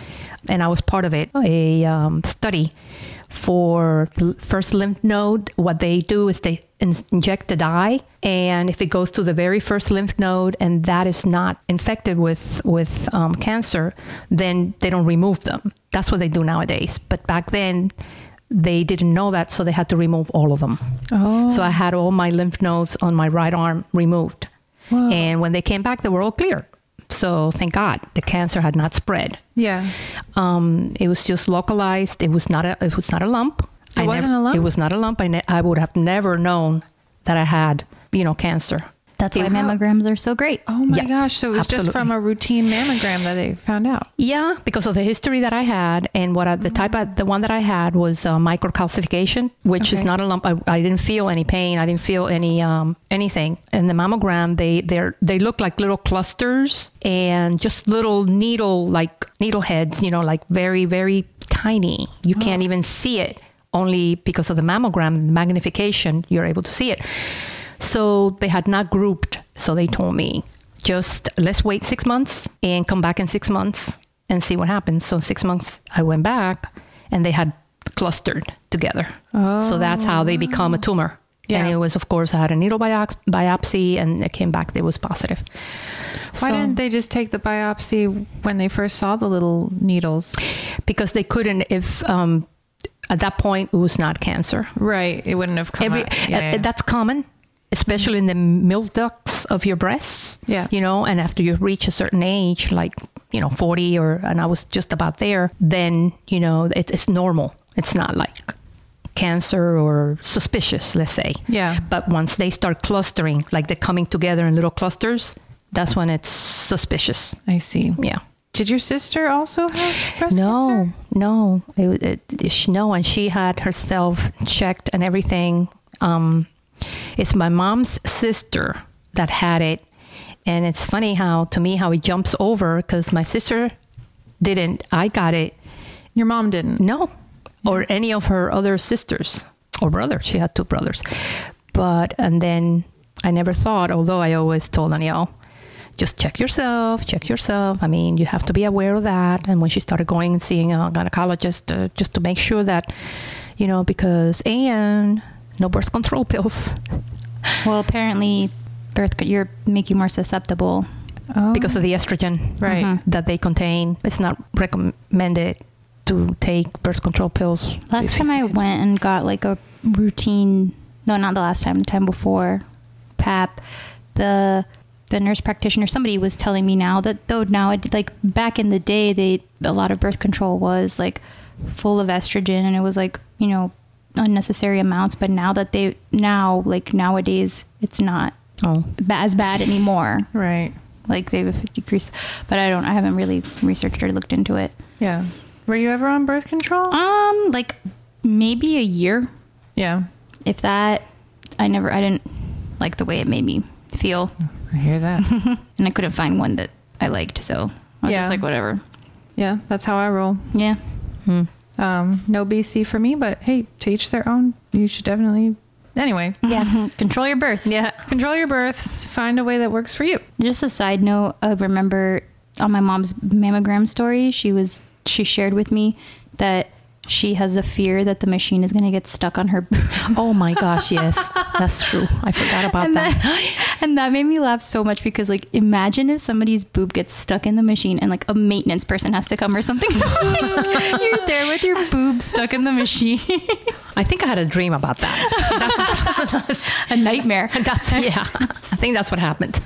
[SPEAKER 1] And I was part of it, a um, study for l- first lymph node. What they do is they in- inject the dye. And if it goes to the very first lymph node and that is not infected with, with um, cancer, then they don't remove them. That's what they do nowadays. But back then, they didn't know that, so they had to remove all of them.
[SPEAKER 3] Oh.
[SPEAKER 1] So I had all my lymph nodes on my right arm removed.
[SPEAKER 3] Wow.
[SPEAKER 1] And when they came back, they were all clear. So thank God the cancer had not spread.
[SPEAKER 3] Yeah.
[SPEAKER 1] Um, it was just localized. It was not a. It was not a lump.
[SPEAKER 3] It wasn't
[SPEAKER 1] never-
[SPEAKER 3] a lump?
[SPEAKER 1] It was not a lump. I, ne- I would have never known that I had, you know, cancer.
[SPEAKER 2] That's why
[SPEAKER 1] Wow.
[SPEAKER 2] mammograms are so great.
[SPEAKER 3] Oh my
[SPEAKER 1] Yeah,
[SPEAKER 3] gosh. So it was just
[SPEAKER 1] absolutely.
[SPEAKER 3] from a routine mammogram that they found out.
[SPEAKER 1] Yeah, because of the history that I had, and what I, the type of, the one that I had was uh, microcalcification, which is
[SPEAKER 3] Okay.
[SPEAKER 1] not a lump. I, I didn't feel any pain. I didn't feel any um, anything. And the mammogram, they they they look like little clusters and just little needle like needle heads, you know, like very very tiny. You can't even see it. Only because of the mammogram and the magnification, you're able to see it. So they had not grouped. So they told me just let's wait six months and come back in six months and see what happens. So six months, I went back, and they had clustered together. so that's how they become a tumor. And
[SPEAKER 3] Yeah.
[SPEAKER 1] it was, of course, I had a needle biops- biopsy, and it came back. It was positive.
[SPEAKER 3] Why
[SPEAKER 1] So-
[SPEAKER 3] didn't they just take the biopsy when they first saw the little needles?
[SPEAKER 1] Because they couldn't. If um, at that point it was not cancer.
[SPEAKER 3] Right. It wouldn't have come
[SPEAKER 1] Every
[SPEAKER 3] out.
[SPEAKER 1] uh, that's common, especially in the milk ducts of your breasts.
[SPEAKER 3] Yeah.
[SPEAKER 1] you know, and after you reach a certain age, like you know, forty or and I was just about there, then you know it, it's normal. It's not like cancer or suspicious, let's say.
[SPEAKER 3] Yeah.
[SPEAKER 1] But once they start clustering, like they're coming together in little clusters, that's when it's suspicious.
[SPEAKER 3] I see.
[SPEAKER 1] Yeah.
[SPEAKER 3] Did your sister also have
[SPEAKER 1] (sighs)
[SPEAKER 3] breast
[SPEAKER 1] No,
[SPEAKER 3] cancer?
[SPEAKER 1] no, it, was- it, it, she- no, and she had herself checked and everything. Um, it's my mom's sister that had it, and it's funny how to me how it jumps over because my sister didn't. I got it,
[SPEAKER 3] Your mom didn't.
[SPEAKER 1] no, or any of her other sisters or brothers. She had two brothers, but and then I never thought. Although I always told Danielle, just check yourself, check yourself. I mean, you have to be aware of that. And when she started going and seeing a gynecologist, uh, just to make sure that, you know, because and no birth control pills
[SPEAKER 2] Well, apparently, birth c- you're making more susceptible.
[SPEAKER 3] Oh.
[SPEAKER 1] because of the estrogen Mm-hmm.
[SPEAKER 3] Right.
[SPEAKER 2] Mhm.
[SPEAKER 1] that they contain. It's not recommended to take birth control pills.
[SPEAKER 2] Last time I went and got like a routine, no, not the last time, the time before, PAP, the the nurse practitioner, somebody was telling me now that though now it, like back in the day, they a lot of birth control was like full of estrogen and it was like you know unnecessary amounts, but now that they now like nowadays it's not
[SPEAKER 1] Oh,
[SPEAKER 2] ba- as bad anymore.
[SPEAKER 3] Right.
[SPEAKER 2] Like they've decreased, but I don't. I haven't really researched or looked into it.
[SPEAKER 3] Yeah. Were you ever on birth control?
[SPEAKER 1] Uh,
[SPEAKER 2] Um, like maybe a year
[SPEAKER 3] yeah.
[SPEAKER 2] if that i never i didn't like the way it made me feel
[SPEAKER 3] I hear that.
[SPEAKER 2] and i couldn't find one that i liked so i was
[SPEAKER 3] Yeah.
[SPEAKER 2] just like whatever
[SPEAKER 3] (laughs) yeah, that's how I roll.
[SPEAKER 2] yeah
[SPEAKER 1] hmm.
[SPEAKER 3] Um, no BC for me, but hey, to each their own. You should definitely. Anyway,
[SPEAKER 2] yeah (laughs) control your birth
[SPEAKER 1] yeah.
[SPEAKER 3] control your births, find a way that works for you.
[SPEAKER 2] just a side note i remember on my mom's mammogram story she was she shared with me that she has a fear that the machine is going to get stuck on her (laughs)
[SPEAKER 1] Oh my gosh, yes, that's true. I forgot about
[SPEAKER 2] and
[SPEAKER 1] that.
[SPEAKER 2] that, and that made me laugh so much because like imagine if somebody's boob gets stuck in the machine and like a maintenance person has to come or something (laughs) Like, you're there with your boob stuck in the machine (laughs)
[SPEAKER 1] I think I had a dream about that. That's-
[SPEAKER 2] a nightmare.
[SPEAKER 1] That's yeah. I think that's what happened.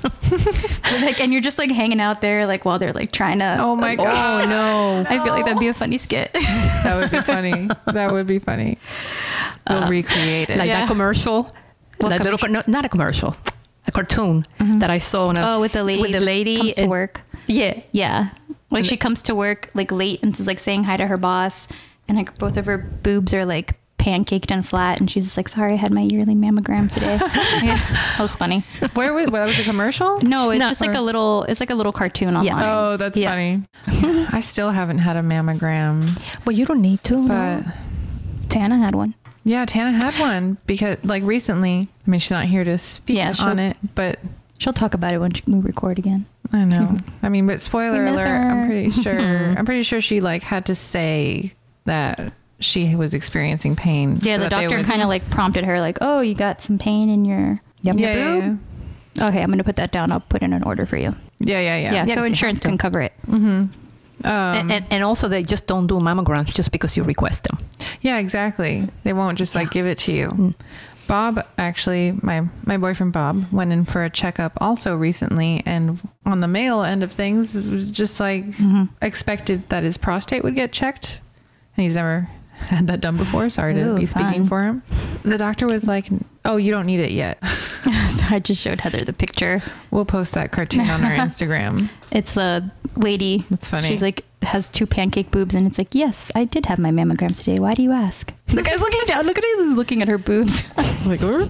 [SPEAKER 2] like, and you're just like hanging out there, like while they're like trying to.
[SPEAKER 3] Oh my god. no.
[SPEAKER 2] I feel like that'd be a funny skit.
[SPEAKER 3] That would be funny. That would be funny. Uh, We'll recreate it.
[SPEAKER 1] like
[SPEAKER 2] Yeah.
[SPEAKER 1] that commercial.
[SPEAKER 2] What
[SPEAKER 1] that little, no, not a commercial, a cartoon that I saw. On a,
[SPEAKER 2] oh, with the lady.
[SPEAKER 1] With the lady.
[SPEAKER 2] comes to
[SPEAKER 1] and-
[SPEAKER 2] work.
[SPEAKER 1] Yeah.
[SPEAKER 2] Yeah, like she comes to work like late and is like saying hi to her boss, and like both of her boobs are like pancaked and flat, and she's just like, "Sorry, I had my yearly mammogram (laughs) today." yeah, that was funny.
[SPEAKER 3] Where was, that was a commercial?
[SPEAKER 2] No, it's
[SPEAKER 1] No.
[SPEAKER 2] just like a little. It's like a little cartoon online.
[SPEAKER 1] Yeah.
[SPEAKER 3] Oh, that's
[SPEAKER 1] Yeah.
[SPEAKER 3] funny. I still haven't had a mammogram,
[SPEAKER 1] Well, you don't need to.
[SPEAKER 3] but
[SPEAKER 2] Tana had one.
[SPEAKER 3] yeah, Tana had one because like recently. I mean, she's not here to speak
[SPEAKER 2] Yeah, she'll-
[SPEAKER 3] on it, but
[SPEAKER 2] She'll talk about it when she- we record again. (laughs)
[SPEAKER 3] I know. I mean, but spoiler
[SPEAKER 2] We
[SPEAKER 3] alert.
[SPEAKER 2] miss
[SPEAKER 3] I'm
[SPEAKER 2] her. (laughs)
[SPEAKER 3] pretty sure. I'm pretty sure she like had to say that she was experiencing pain.
[SPEAKER 2] Yeah,
[SPEAKER 3] so
[SPEAKER 2] the
[SPEAKER 3] that they
[SPEAKER 2] doctor
[SPEAKER 3] would-
[SPEAKER 2] kind of like prompted her, like, "Oh, you got some pain in your." in your
[SPEAKER 3] Yeah, yeah, yeah.
[SPEAKER 2] boob? Okay, I'm gonna put that down. I'll put in an order for you.
[SPEAKER 3] Yeah, yeah, yeah.
[SPEAKER 2] Yeah,
[SPEAKER 3] Um,
[SPEAKER 1] Yes, you
[SPEAKER 2] so
[SPEAKER 1] have
[SPEAKER 2] insurance
[SPEAKER 1] to.
[SPEAKER 2] can cover (laughs) it. um,
[SPEAKER 1] and, and, and also, they just don't do mammograms just because you request them.
[SPEAKER 3] Yeah, exactly. They won't just like
[SPEAKER 1] Yeah.
[SPEAKER 3] give it to you.
[SPEAKER 2] Mm.
[SPEAKER 3] Bob actually, my my boyfriend Bob went in for a checkup also recently, and on the male end of things, was just like
[SPEAKER 2] Mm-hmm.
[SPEAKER 3] expected that his prostate would get checked, and he's never (laughs) had that done before. Sorry to
[SPEAKER 2] Ooh,
[SPEAKER 3] be speaking
[SPEAKER 2] fun.
[SPEAKER 3] for him. The doctor was like, "Oh, you don't need it yet.
[SPEAKER 2] so I just showed Heather the picture.
[SPEAKER 3] We'll post that cartoon on our
[SPEAKER 2] (laughs)
[SPEAKER 3] Instagram."
[SPEAKER 2] It's a lady.
[SPEAKER 3] That's funny.
[SPEAKER 2] She's like has two pancake boobs, and it's like, yes, I did have my mammogram today. Why do you ask? (laughs) The guy's looking down. Look at him looking at her
[SPEAKER 3] (laughs)
[SPEAKER 2] boobs.
[SPEAKER 3] like, "Er?"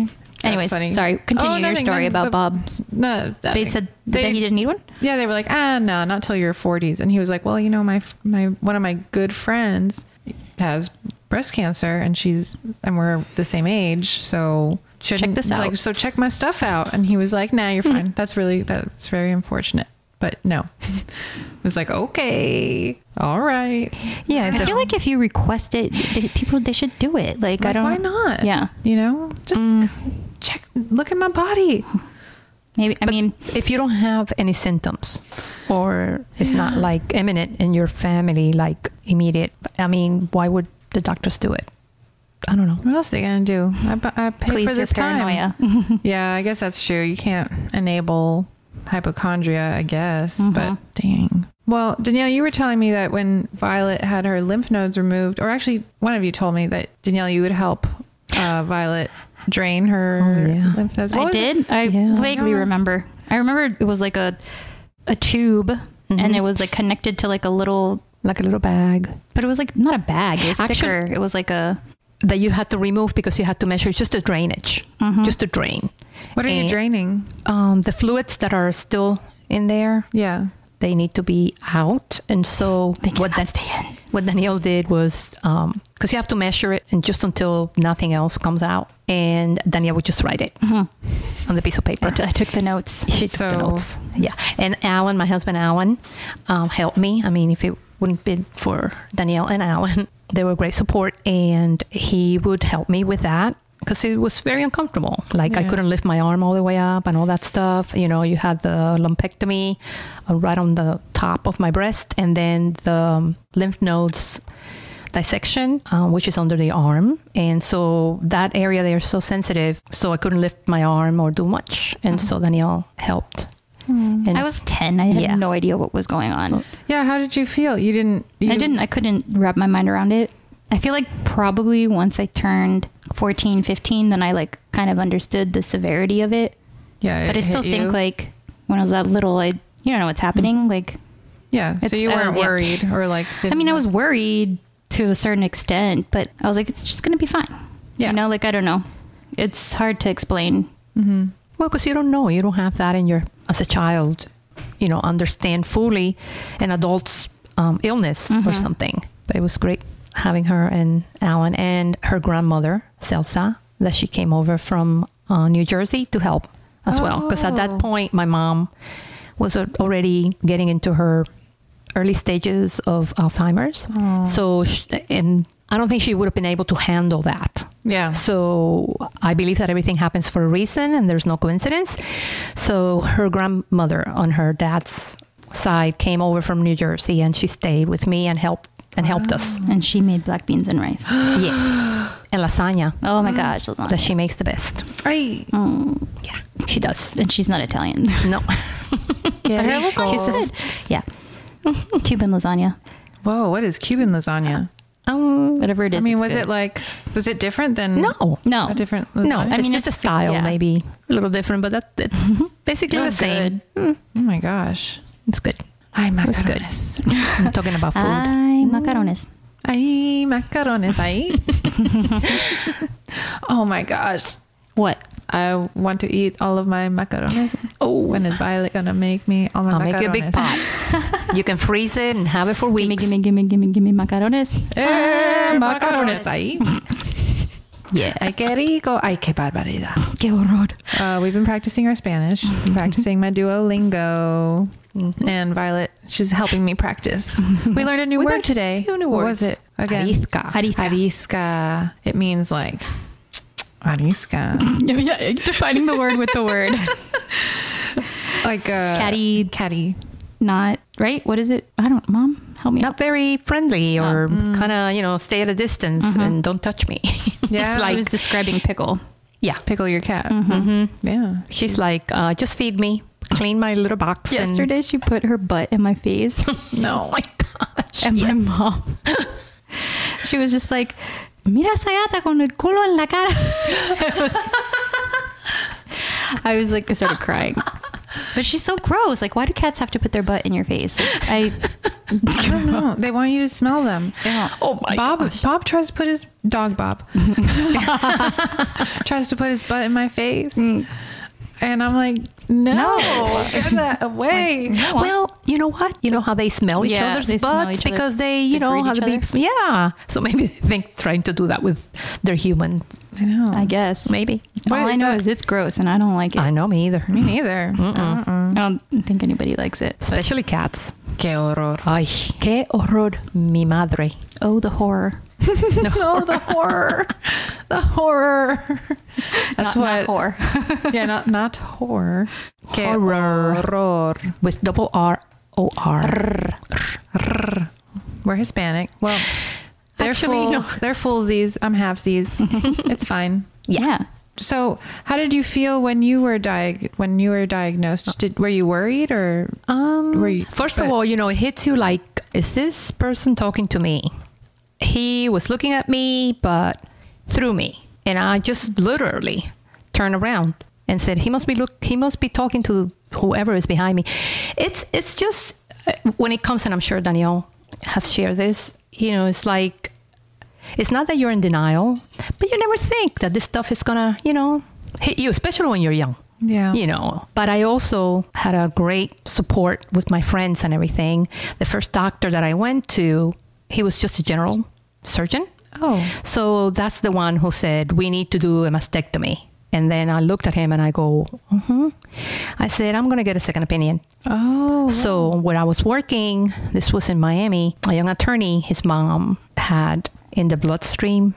[SPEAKER 2] (laughs) Anyways,
[SPEAKER 3] funny.
[SPEAKER 2] sorry. Continue
[SPEAKER 3] Oh,
[SPEAKER 2] your
[SPEAKER 3] nothing,
[SPEAKER 2] story
[SPEAKER 3] nothing.
[SPEAKER 2] about
[SPEAKER 3] The-
[SPEAKER 2] Bob's.
[SPEAKER 3] no, that-
[SPEAKER 2] They said that he didn't need one.
[SPEAKER 3] Yeah, they were like, ah, no, not till your 40s. And he was like, well, you know, my my one of my good friends has breast cancer, and she's and we're the same age, so shouldn't-
[SPEAKER 2] this out. Hmm.
[SPEAKER 3] Like, so check my stuff out. And he was like, nah, you're fine. That's really that's very unfortunate, but no. (laughs) it was like, okay, all right.
[SPEAKER 1] Yeah,
[SPEAKER 2] I feel like if you request it, th- people they should do it. Like, I
[SPEAKER 3] Like,
[SPEAKER 2] don't.
[SPEAKER 3] why not?
[SPEAKER 2] Yeah, Mm.
[SPEAKER 3] you know, just check. Look at my body.
[SPEAKER 2] maybe. I mean,
[SPEAKER 1] if you don't have any symptoms or it's not like imminent in your family, like immediate, I mean, why would the doctors do it? I don't know.
[SPEAKER 3] What else are they gonna do? I, bu- I paid
[SPEAKER 2] please
[SPEAKER 3] for
[SPEAKER 2] your
[SPEAKER 3] this time.
[SPEAKER 2] paranoia.
[SPEAKER 3] Yeah, I guess that's true. You can't enable hypochondria, I guess,
[SPEAKER 2] Mhm.
[SPEAKER 3] but dang. Well, Danielle, you were telling me that when Violet had her lymph nodes removed, or actually, one of you told me that Danielle, you would help uh, Violet drain her
[SPEAKER 1] Oh, yeah.
[SPEAKER 3] lymph nodes.
[SPEAKER 2] (laughs)
[SPEAKER 3] What
[SPEAKER 2] I
[SPEAKER 3] was it?
[SPEAKER 2] did. I
[SPEAKER 1] Yeah.
[SPEAKER 2] vaguely
[SPEAKER 3] Yeah.
[SPEAKER 2] remember. I remember it was like a a tube,
[SPEAKER 1] Mm-hmm.
[SPEAKER 2] and it was like connected to like a little.
[SPEAKER 1] Like a little bag
[SPEAKER 2] But it was like not a bag. It was
[SPEAKER 1] Actually-
[SPEAKER 2] thicker. It was like a.
[SPEAKER 1] that you had to remove because you had to measure just the drainage,
[SPEAKER 2] mm-hmm.
[SPEAKER 1] just the drain.
[SPEAKER 3] What are you
[SPEAKER 1] Eh.
[SPEAKER 3] draining?
[SPEAKER 1] Mm. Um, the fluids that are still in there,
[SPEAKER 3] Yeah.
[SPEAKER 1] they need to be out. And so what, Dan- what Danielle did was, because you have to measure it and just until nothing else comes out. And Danielle would just write it on the piece of paper.
[SPEAKER 2] I, t- I took the notes.
[SPEAKER 1] She took the
[SPEAKER 3] So-
[SPEAKER 1] notes. Yeah. And Alan, my husband Alan, um, helped me. I mean, if it wouldn't been for Danielle and Alan, (laughs) they were great support. And he would help me with that because it was very uncomfortable. Like I
[SPEAKER 3] Yeah.
[SPEAKER 1] couldn't lift my arm all the way up and all that stuff. You know, you had the lumpectomy uh, right on the top of my breast and then the um, lymph nodes dissection, um, which is under the arm. And so that area, they are so sensitive. So I couldn't lift my arm or do much. And so Danielle helped.
[SPEAKER 3] Hmm.
[SPEAKER 1] And
[SPEAKER 2] I was ten. I had
[SPEAKER 1] Yeah.
[SPEAKER 2] no idea what was going on.
[SPEAKER 3] Yeah. How did you feel? You didn't. You,
[SPEAKER 2] I didn't. I couldn't wrap my mind around it. I feel like probably once I turned 14, 15, then I like kind of understood the severity of it.
[SPEAKER 3] Yeah.
[SPEAKER 2] But I
[SPEAKER 3] it
[SPEAKER 2] still
[SPEAKER 3] hit
[SPEAKER 2] think
[SPEAKER 3] you?
[SPEAKER 2] like when I was that little, I you don't know what's happening. Like
[SPEAKER 3] Yeah. So
[SPEAKER 2] it's-
[SPEAKER 3] you
[SPEAKER 2] I was-
[SPEAKER 3] weren't
[SPEAKER 2] yeah.
[SPEAKER 3] worried or like. Didn't,
[SPEAKER 2] I mean, I was worried to a certain extent, but I was like, it's just going to be fine.
[SPEAKER 3] Yeah.
[SPEAKER 2] You know, like, I don't know. It's hard to explain.
[SPEAKER 3] Mm-hmm.
[SPEAKER 1] Well, because you don't know, you don't have that in your as a child, you know, understand fully an adult's um, illness or something. But it was great having her and Alan and her grandmother Celsa that she came over from uh, New Jersey to help as well. 'Cause well. Because at
[SPEAKER 3] Oh.
[SPEAKER 1] that point, my mom was al- already getting into her early stages of Alzheimer's. So, sh and I don't think she would have been able to handle that.
[SPEAKER 3] Yeah.
[SPEAKER 1] So I believe that everything happens for a reason and there's no coincidence. So her grandmother on her dad's side came over from New (gasps) Jersey and she stayed with me and helped and helped us.
[SPEAKER 3] (gasps)
[SPEAKER 2] And she made black beans and rice.
[SPEAKER 1] Yeah. and lasagna
[SPEAKER 2] Oh my gosh, lasagna.
[SPEAKER 1] that she makes the best.
[SPEAKER 3] I
[SPEAKER 2] Mm.
[SPEAKER 1] Yeah,
[SPEAKER 2] She does, and she's not Italian. (laughs)
[SPEAKER 1] no,
[SPEAKER 3] get
[SPEAKER 2] her
[SPEAKER 3] it.
[SPEAKER 1] lasagna's
[SPEAKER 3] gold.
[SPEAKER 1] good.
[SPEAKER 2] yeah, (laughs) Cuban lasagna,
[SPEAKER 3] Whoa, what is Cuban lasagna?
[SPEAKER 1] (laughs) um,
[SPEAKER 2] whatever it is.
[SPEAKER 3] I mean,
[SPEAKER 2] it's
[SPEAKER 3] was
[SPEAKER 2] good.
[SPEAKER 3] it like was it different than
[SPEAKER 1] no,
[SPEAKER 2] No,
[SPEAKER 3] a different lasagna?
[SPEAKER 1] no. I mean,
[SPEAKER 2] it's
[SPEAKER 1] it's just a
[SPEAKER 2] just-
[SPEAKER 1] style,
[SPEAKER 2] yeah.
[SPEAKER 1] maybe Mm-hmm. a little different, but that it's basically
[SPEAKER 2] It
[SPEAKER 1] the
[SPEAKER 2] was
[SPEAKER 1] same.
[SPEAKER 3] Oh my gosh.
[SPEAKER 1] It's good.
[SPEAKER 3] Ay
[SPEAKER 1] was good.
[SPEAKER 3] macarones.
[SPEAKER 1] I'm talking about food.
[SPEAKER 2] Ay, macarones.
[SPEAKER 3] (laughs) Ay macarones. Ay. (laughs) oh my gosh.
[SPEAKER 2] What?
[SPEAKER 3] I want to eat all of my macarones.
[SPEAKER 1] oh,
[SPEAKER 3] When is Violet gonna make me all my
[SPEAKER 1] I'll
[SPEAKER 3] macarones?
[SPEAKER 1] make you a big pot. you can freeze it and have it (laughs) for
[SPEAKER 2] Gimme,
[SPEAKER 1] weeks.
[SPEAKER 2] gimme, gimme, gimme, gimme macarones.
[SPEAKER 3] Eh, macarones. Ay.
[SPEAKER 2] Yeah.
[SPEAKER 3] Ay que rico. Ay que barbaridad.
[SPEAKER 2] Qué horror.
[SPEAKER 3] Uh, we've been practicing our Spanish, been practicing my Duolingo, and Violet, she's helping me practice. We learned a new
[SPEAKER 1] Mm-hmm. We
[SPEAKER 3] word
[SPEAKER 1] learned
[SPEAKER 3] today.
[SPEAKER 1] two new
[SPEAKER 3] what
[SPEAKER 1] words.
[SPEAKER 3] was it again?
[SPEAKER 1] Arisca.
[SPEAKER 2] Arisca.
[SPEAKER 3] Arisca. It means like arisca,
[SPEAKER 2] (laughs) Yeah, yeah, defining the word with the word.
[SPEAKER 3] like uh, a
[SPEAKER 2] Catty.
[SPEAKER 3] catty.
[SPEAKER 2] Not right. What is it? I don't. Mom, help me. out.
[SPEAKER 1] Not very friendly or
[SPEAKER 2] Mm.
[SPEAKER 1] kind of, you know, stay at a distance
[SPEAKER 2] Mm-hmm.
[SPEAKER 1] and don't touch me. (laughs)
[SPEAKER 3] Yeah. Mm-hmm.
[SPEAKER 1] it's
[SPEAKER 2] She
[SPEAKER 1] like,
[SPEAKER 2] was describing pickle.
[SPEAKER 1] yeah.
[SPEAKER 3] Pickle your cat. Yeah.
[SPEAKER 1] She's like, uh, just feed me, clean my little box. and-
[SPEAKER 2] Yesterday, she put her butt in my face, (laughs)
[SPEAKER 1] (laughs)
[SPEAKER 3] No.
[SPEAKER 1] my gosh.
[SPEAKER 2] and my mom. (laughs) she was just like, "Mira esa gata con el culo en la cara." (laughs) I was- I was like, I started crying. But she's so gross. Like, why do cats have to put their butt in your face? Like, I
[SPEAKER 3] (laughs) I don't know. They want you to smell them.
[SPEAKER 1] Oh my
[SPEAKER 3] Bob
[SPEAKER 1] gosh.
[SPEAKER 3] Bob tries to put his dog (laughs) Bob tries to put his butt in my face.
[SPEAKER 2] Mm.
[SPEAKER 3] And I'm like, no, get that (laughs) away.
[SPEAKER 1] Well, you know what? You know how they smell each
[SPEAKER 2] Yeah,
[SPEAKER 1] other's
[SPEAKER 2] they smell
[SPEAKER 1] butts
[SPEAKER 2] each other.
[SPEAKER 1] because they, you
[SPEAKER 2] They
[SPEAKER 1] know,
[SPEAKER 2] breed
[SPEAKER 1] how
[SPEAKER 2] each
[SPEAKER 1] to be.
[SPEAKER 2] other.
[SPEAKER 1] Yeah. So maybe they think trying to do that with their human.
[SPEAKER 3] I know.
[SPEAKER 2] I guess.
[SPEAKER 1] Maybe.
[SPEAKER 3] What
[SPEAKER 2] All I
[SPEAKER 3] is
[SPEAKER 2] know
[SPEAKER 3] that?
[SPEAKER 2] is it's gross, and I don't like it.
[SPEAKER 1] I know me either.
[SPEAKER 3] Me (laughs) neither.
[SPEAKER 2] I don't think anybody likes it. but-
[SPEAKER 1] Especially cats.
[SPEAKER 3] Que horror.
[SPEAKER 1] Ay.
[SPEAKER 2] Qué horror.
[SPEAKER 1] Mi madre.
[SPEAKER 2] Oh, the horror.
[SPEAKER 3] No, the horror. The horror. That's
[SPEAKER 2] not,
[SPEAKER 3] what.
[SPEAKER 2] not horror.
[SPEAKER 3] yeah, not not horror. Que
[SPEAKER 1] Horror.
[SPEAKER 3] horror.
[SPEAKER 1] With double R O R.
[SPEAKER 3] Rrr. We're Hispanic. (sighs) Well, they're
[SPEAKER 1] Actually,
[SPEAKER 3] fools.
[SPEAKER 1] no.
[SPEAKER 3] They're foolsies. I'm (laughs) halfsies. it's fine.
[SPEAKER 2] Yeah.
[SPEAKER 3] So, how did you feel when you were diag- when you were diagnosed? Did were you worried or
[SPEAKER 1] Um,
[SPEAKER 3] Were you-
[SPEAKER 1] first of
[SPEAKER 3] but-
[SPEAKER 1] all, you know, it hits you like, is this person talking to me? He was looking at me, but through me, and I just literally turned around and said, "He must be look. He must be talking to whoever is behind me." It's it's just uh, when it comes, and I'm sure Danielle have shared this. You know, it's like it's not that you're in denial, but you never think that this stuff is gonna, you know, hit you, especially when you're young
[SPEAKER 3] yeah?
[SPEAKER 1] you know but i also had a great support with my friends and everything the first doctor that i went to he was just a general surgeon
[SPEAKER 3] Oh,
[SPEAKER 1] so that's the one who said we need to do a mastectomy and then i looked at him and i go hmm i said i'm going to get a second opinion
[SPEAKER 3] oh,
[SPEAKER 1] so when I was working, this was in Miami, a young attorney, his mom had in the bloodstream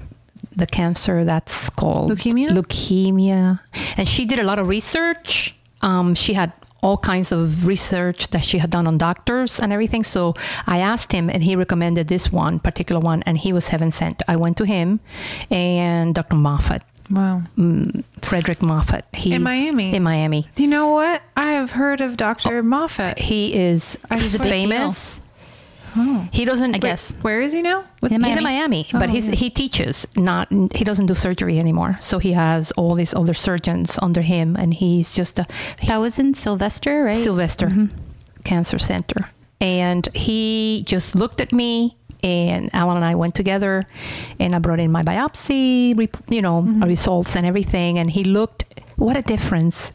[SPEAKER 1] the cancer that's called
[SPEAKER 3] Leukemia?
[SPEAKER 1] Leukemia. And she did a lot of research. Um, she had all kinds of research that she had done on doctors and everything. So I asked him, and he recommended this one particular one, and he was heaven sent. I went to him and Dr. Moffat,
[SPEAKER 3] wow.
[SPEAKER 1] mm, Frederick Moffat. He's
[SPEAKER 3] Miami?
[SPEAKER 1] In Miami.
[SPEAKER 3] Do you know what? I have heard of Doctor Moffat.
[SPEAKER 1] He is
[SPEAKER 3] I
[SPEAKER 1] he's
[SPEAKER 3] swear-
[SPEAKER 1] famous.
[SPEAKER 3] Oh.
[SPEAKER 1] He doesn't.
[SPEAKER 2] I guess.
[SPEAKER 3] Where is he now? With
[SPEAKER 2] In
[SPEAKER 1] He's in Miami, but
[SPEAKER 3] Oh,
[SPEAKER 1] he's,
[SPEAKER 3] yeah.
[SPEAKER 1] he teaches. Not he doesn't do surgery anymore. So he has all these other surgeons under him, and he's just a
[SPEAKER 2] That was in Sylvester, right?
[SPEAKER 1] Sylvester Cancer Center. And he just looked at me, and Alan and I went together, and I brought in my biopsy, rep- you know, results and everything. And he looked, what a difference!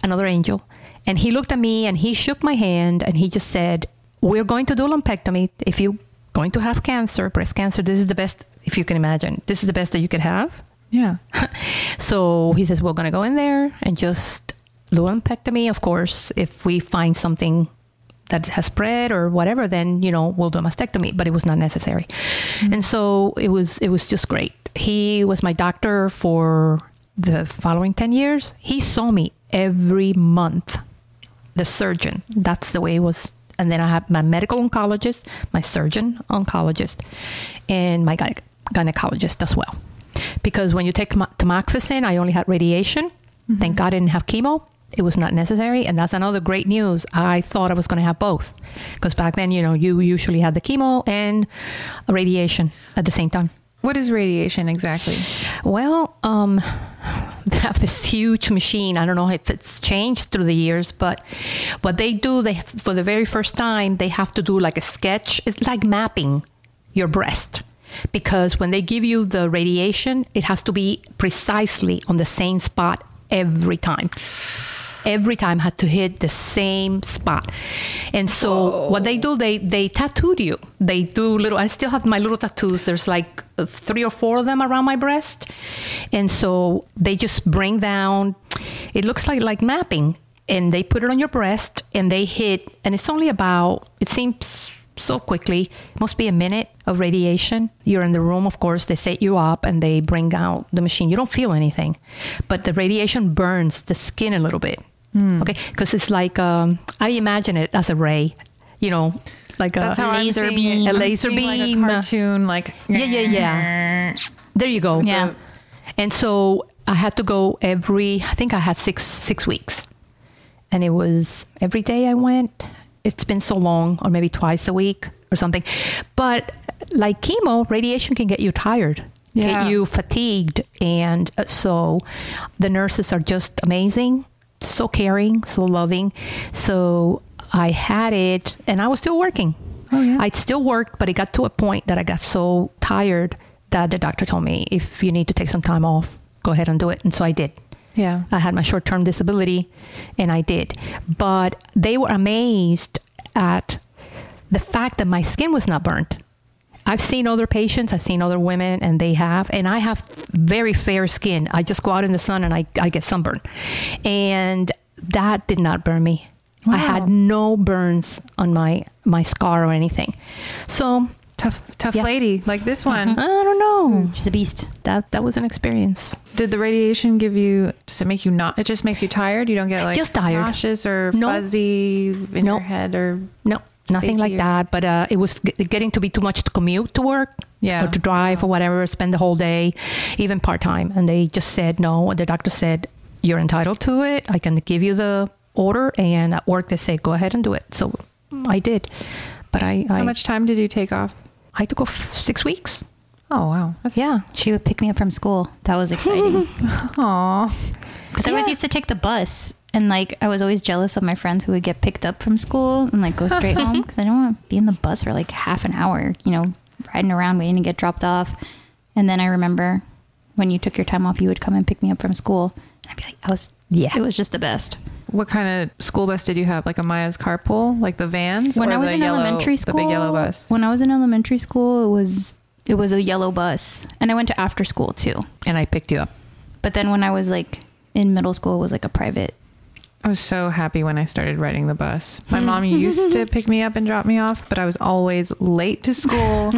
[SPEAKER 1] Another angel. And he looked at me, and he shook my hand, and he just said, "We're going to do a lumpectomy. If you're going to have cancer, breast cancer, this is the best. If you can imagine, this is the best that you could have."
[SPEAKER 3] yeah.
[SPEAKER 1] (laughs) so he says we're going to go in there and just do lumpectomy of course if we find something that has spread or whatever then you know we'll do a mastectomy but it was not necessary and so it was it was just great he was my doctor for the following 10 years he saw me every month the surgeon that's the way it was and then i had my medical oncologist my surgeon oncologist and my gyne- gynecologist as well because when you take tam- tamoxifen, I only had radiation. Thank God I didn't have chemo. It was not necessary, and that's another great news. I thought I was going to have both, because back then, you know, you usually had the chemo and radiation at the same time.
[SPEAKER 3] What is radiation exactly?
[SPEAKER 1] Well, um, (laughs) they have this huge machine. I don't know if it's changed through the years, but what they do, they for the very first time, they have to do like a sketch. It's like mapping your breast because when they give you the radiation, it has to be precisely on the same spot every time. Every time had to hit the same spot, and so what they do, they they tattooed you. They do little. I still have my little tattoos. There's like uh, three or four of them around my breast, and so they just bring down. It looks like like mapping, and they put it on your breast, and they hit, and it's only about. It seems so quickly. Must be a minute of radiation. You're in the room, of course, they set you up and they bring out the machine. You don't feel anything, but the radiation burns the skin a little bit.
[SPEAKER 3] Hmm.
[SPEAKER 1] Okay, because it's like um, I imagine it as a ray, you know, like a
[SPEAKER 3] That's how
[SPEAKER 2] laser
[SPEAKER 3] I'm seeing
[SPEAKER 2] beam.
[SPEAKER 3] It.
[SPEAKER 2] A
[SPEAKER 3] I'm
[SPEAKER 1] laser
[SPEAKER 3] seeing
[SPEAKER 1] beam.
[SPEAKER 3] like a cartoon, like
[SPEAKER 1] Yeah, yeah, yeah. There you go.
[SPEAKER 2] Yeah.
[SPEAKER 1] And so I had to go every. I think I had six six weeks, and it was every day I went. It's been so long, or maybe twice a week or something. But like chemo, radiation can get you tired,
[SPEAKER 3] Yeah.
[SPEAKER 1] get you fatigued, and uh, so the nurses are just amazing, so caring, so loving. So I had it, and I was still working.
[SPEAKER 3] Oh, yeah.
[SPEAKER 1] I still worked, but it got to a point that I got so tired that the doctor told me, if you need to take some time off, go ahead and do it. And so I did.
[SPEAKER 3] Yeah.
[SPEAKER 1] I had my short term disability and I did. But they were amazed at the fact that my skin was not burnt. I've seen other patients, I've seen other women, and they have, and I have very fair skin. I just go out in the sun and I, I get sunburned. And that did not burn me. I
[SPEAKER 3] Wow.
[SPEAKER 1] had no burns on my, my scar or anything. So
[SPEAKER 3] Tough, tough
[SPEAKER 1] Yeah.
[SPEAKER 3] lady like this one.
[SPEAKER 1] I don't
[SPEAKER 3] Hmm.
[SPEAKER 1] know.
[SPEAKER 2] She's a beast.
[SPEAKER 1] That, that was an experience.
[SPEAKER 3] Did the radiation give you? Does it make you not? It just makes you tired. You don't get like
[SPEAKER 1] Just tired.
[SPEAKER 3] nauseous or
[SPEAKER 1] No.
[SPEAKER 3] fuzzy in
[SPEAKER 1] No.
[SPEAKER 3] your head or
[SPEAKER 1] No, nothing like
[SPEAKER 3] Busier.
[SPEAKER 1] that. But uh, it was g- getting to be too much to commute to work
[SPEAKER 3] Yeah.
[SPEAKER 1] or to drive or whatever, spend the whole day, even part time. And they just said, no, the doctor said, you're entitled to it. I can give you the order. And at work, they said, go ahead and do it. So I did. But I, I,
[SPEAKER 3] How much time did you take off?
[SPEAKER 1] I took off six weeks.
[SPEAKER 3] Oh wow, that's
[SPEAKER 1] Yeah.
[SPEAKER 2] She would pick me up from school. That was exciting.
[SPEAKER 3] Aw.
[SPEAKER 2] Because I always
[SPEAKER 1] Yeah.
[SPEAKER 2] used to take the bus. And like, I was always jealous of my friends who would get picked up from school and like go straight home because I don't want to be in the bus for like half an hour, you know, riding around waiting to get dropped off. And then I remember when you took your time off, you would come and pick me up from school. And I'd be like, I was,
[SPEAKER 1] Yeah.
[SPEAKER 2] it was just the best.
[SPEAKER 3] What kind of school bus did you have? Like a Maya's carpool, like the vans?
[SPEAKER 2] when
[SPEAKER 3] or
[SPEAKER 2] I was
[SPEAKER 3] the
[SPEAKER 2] in
[SPEAKER 3] yellow-
[SPEAKER 2] elementary school,
[SPEAKER 3] the big yellow bus.
[SPEAKER 2] When I was in elementary school, it was it was a yellow bus, and I went to after school too.
[SPEAKER 1] And I picked you up.
[SPEAKER 2] But then when I was like in middle school, it was like a private.
[SPEAKER 3] I was so happy when I started riding the bus.
[SPEAKER 2] (laughs)
[SPEAKER 3] My mom used to pick me up and drop me off, but I was always late
[SPEAKER 2] (laughs)
[SPEAKER 3] to school,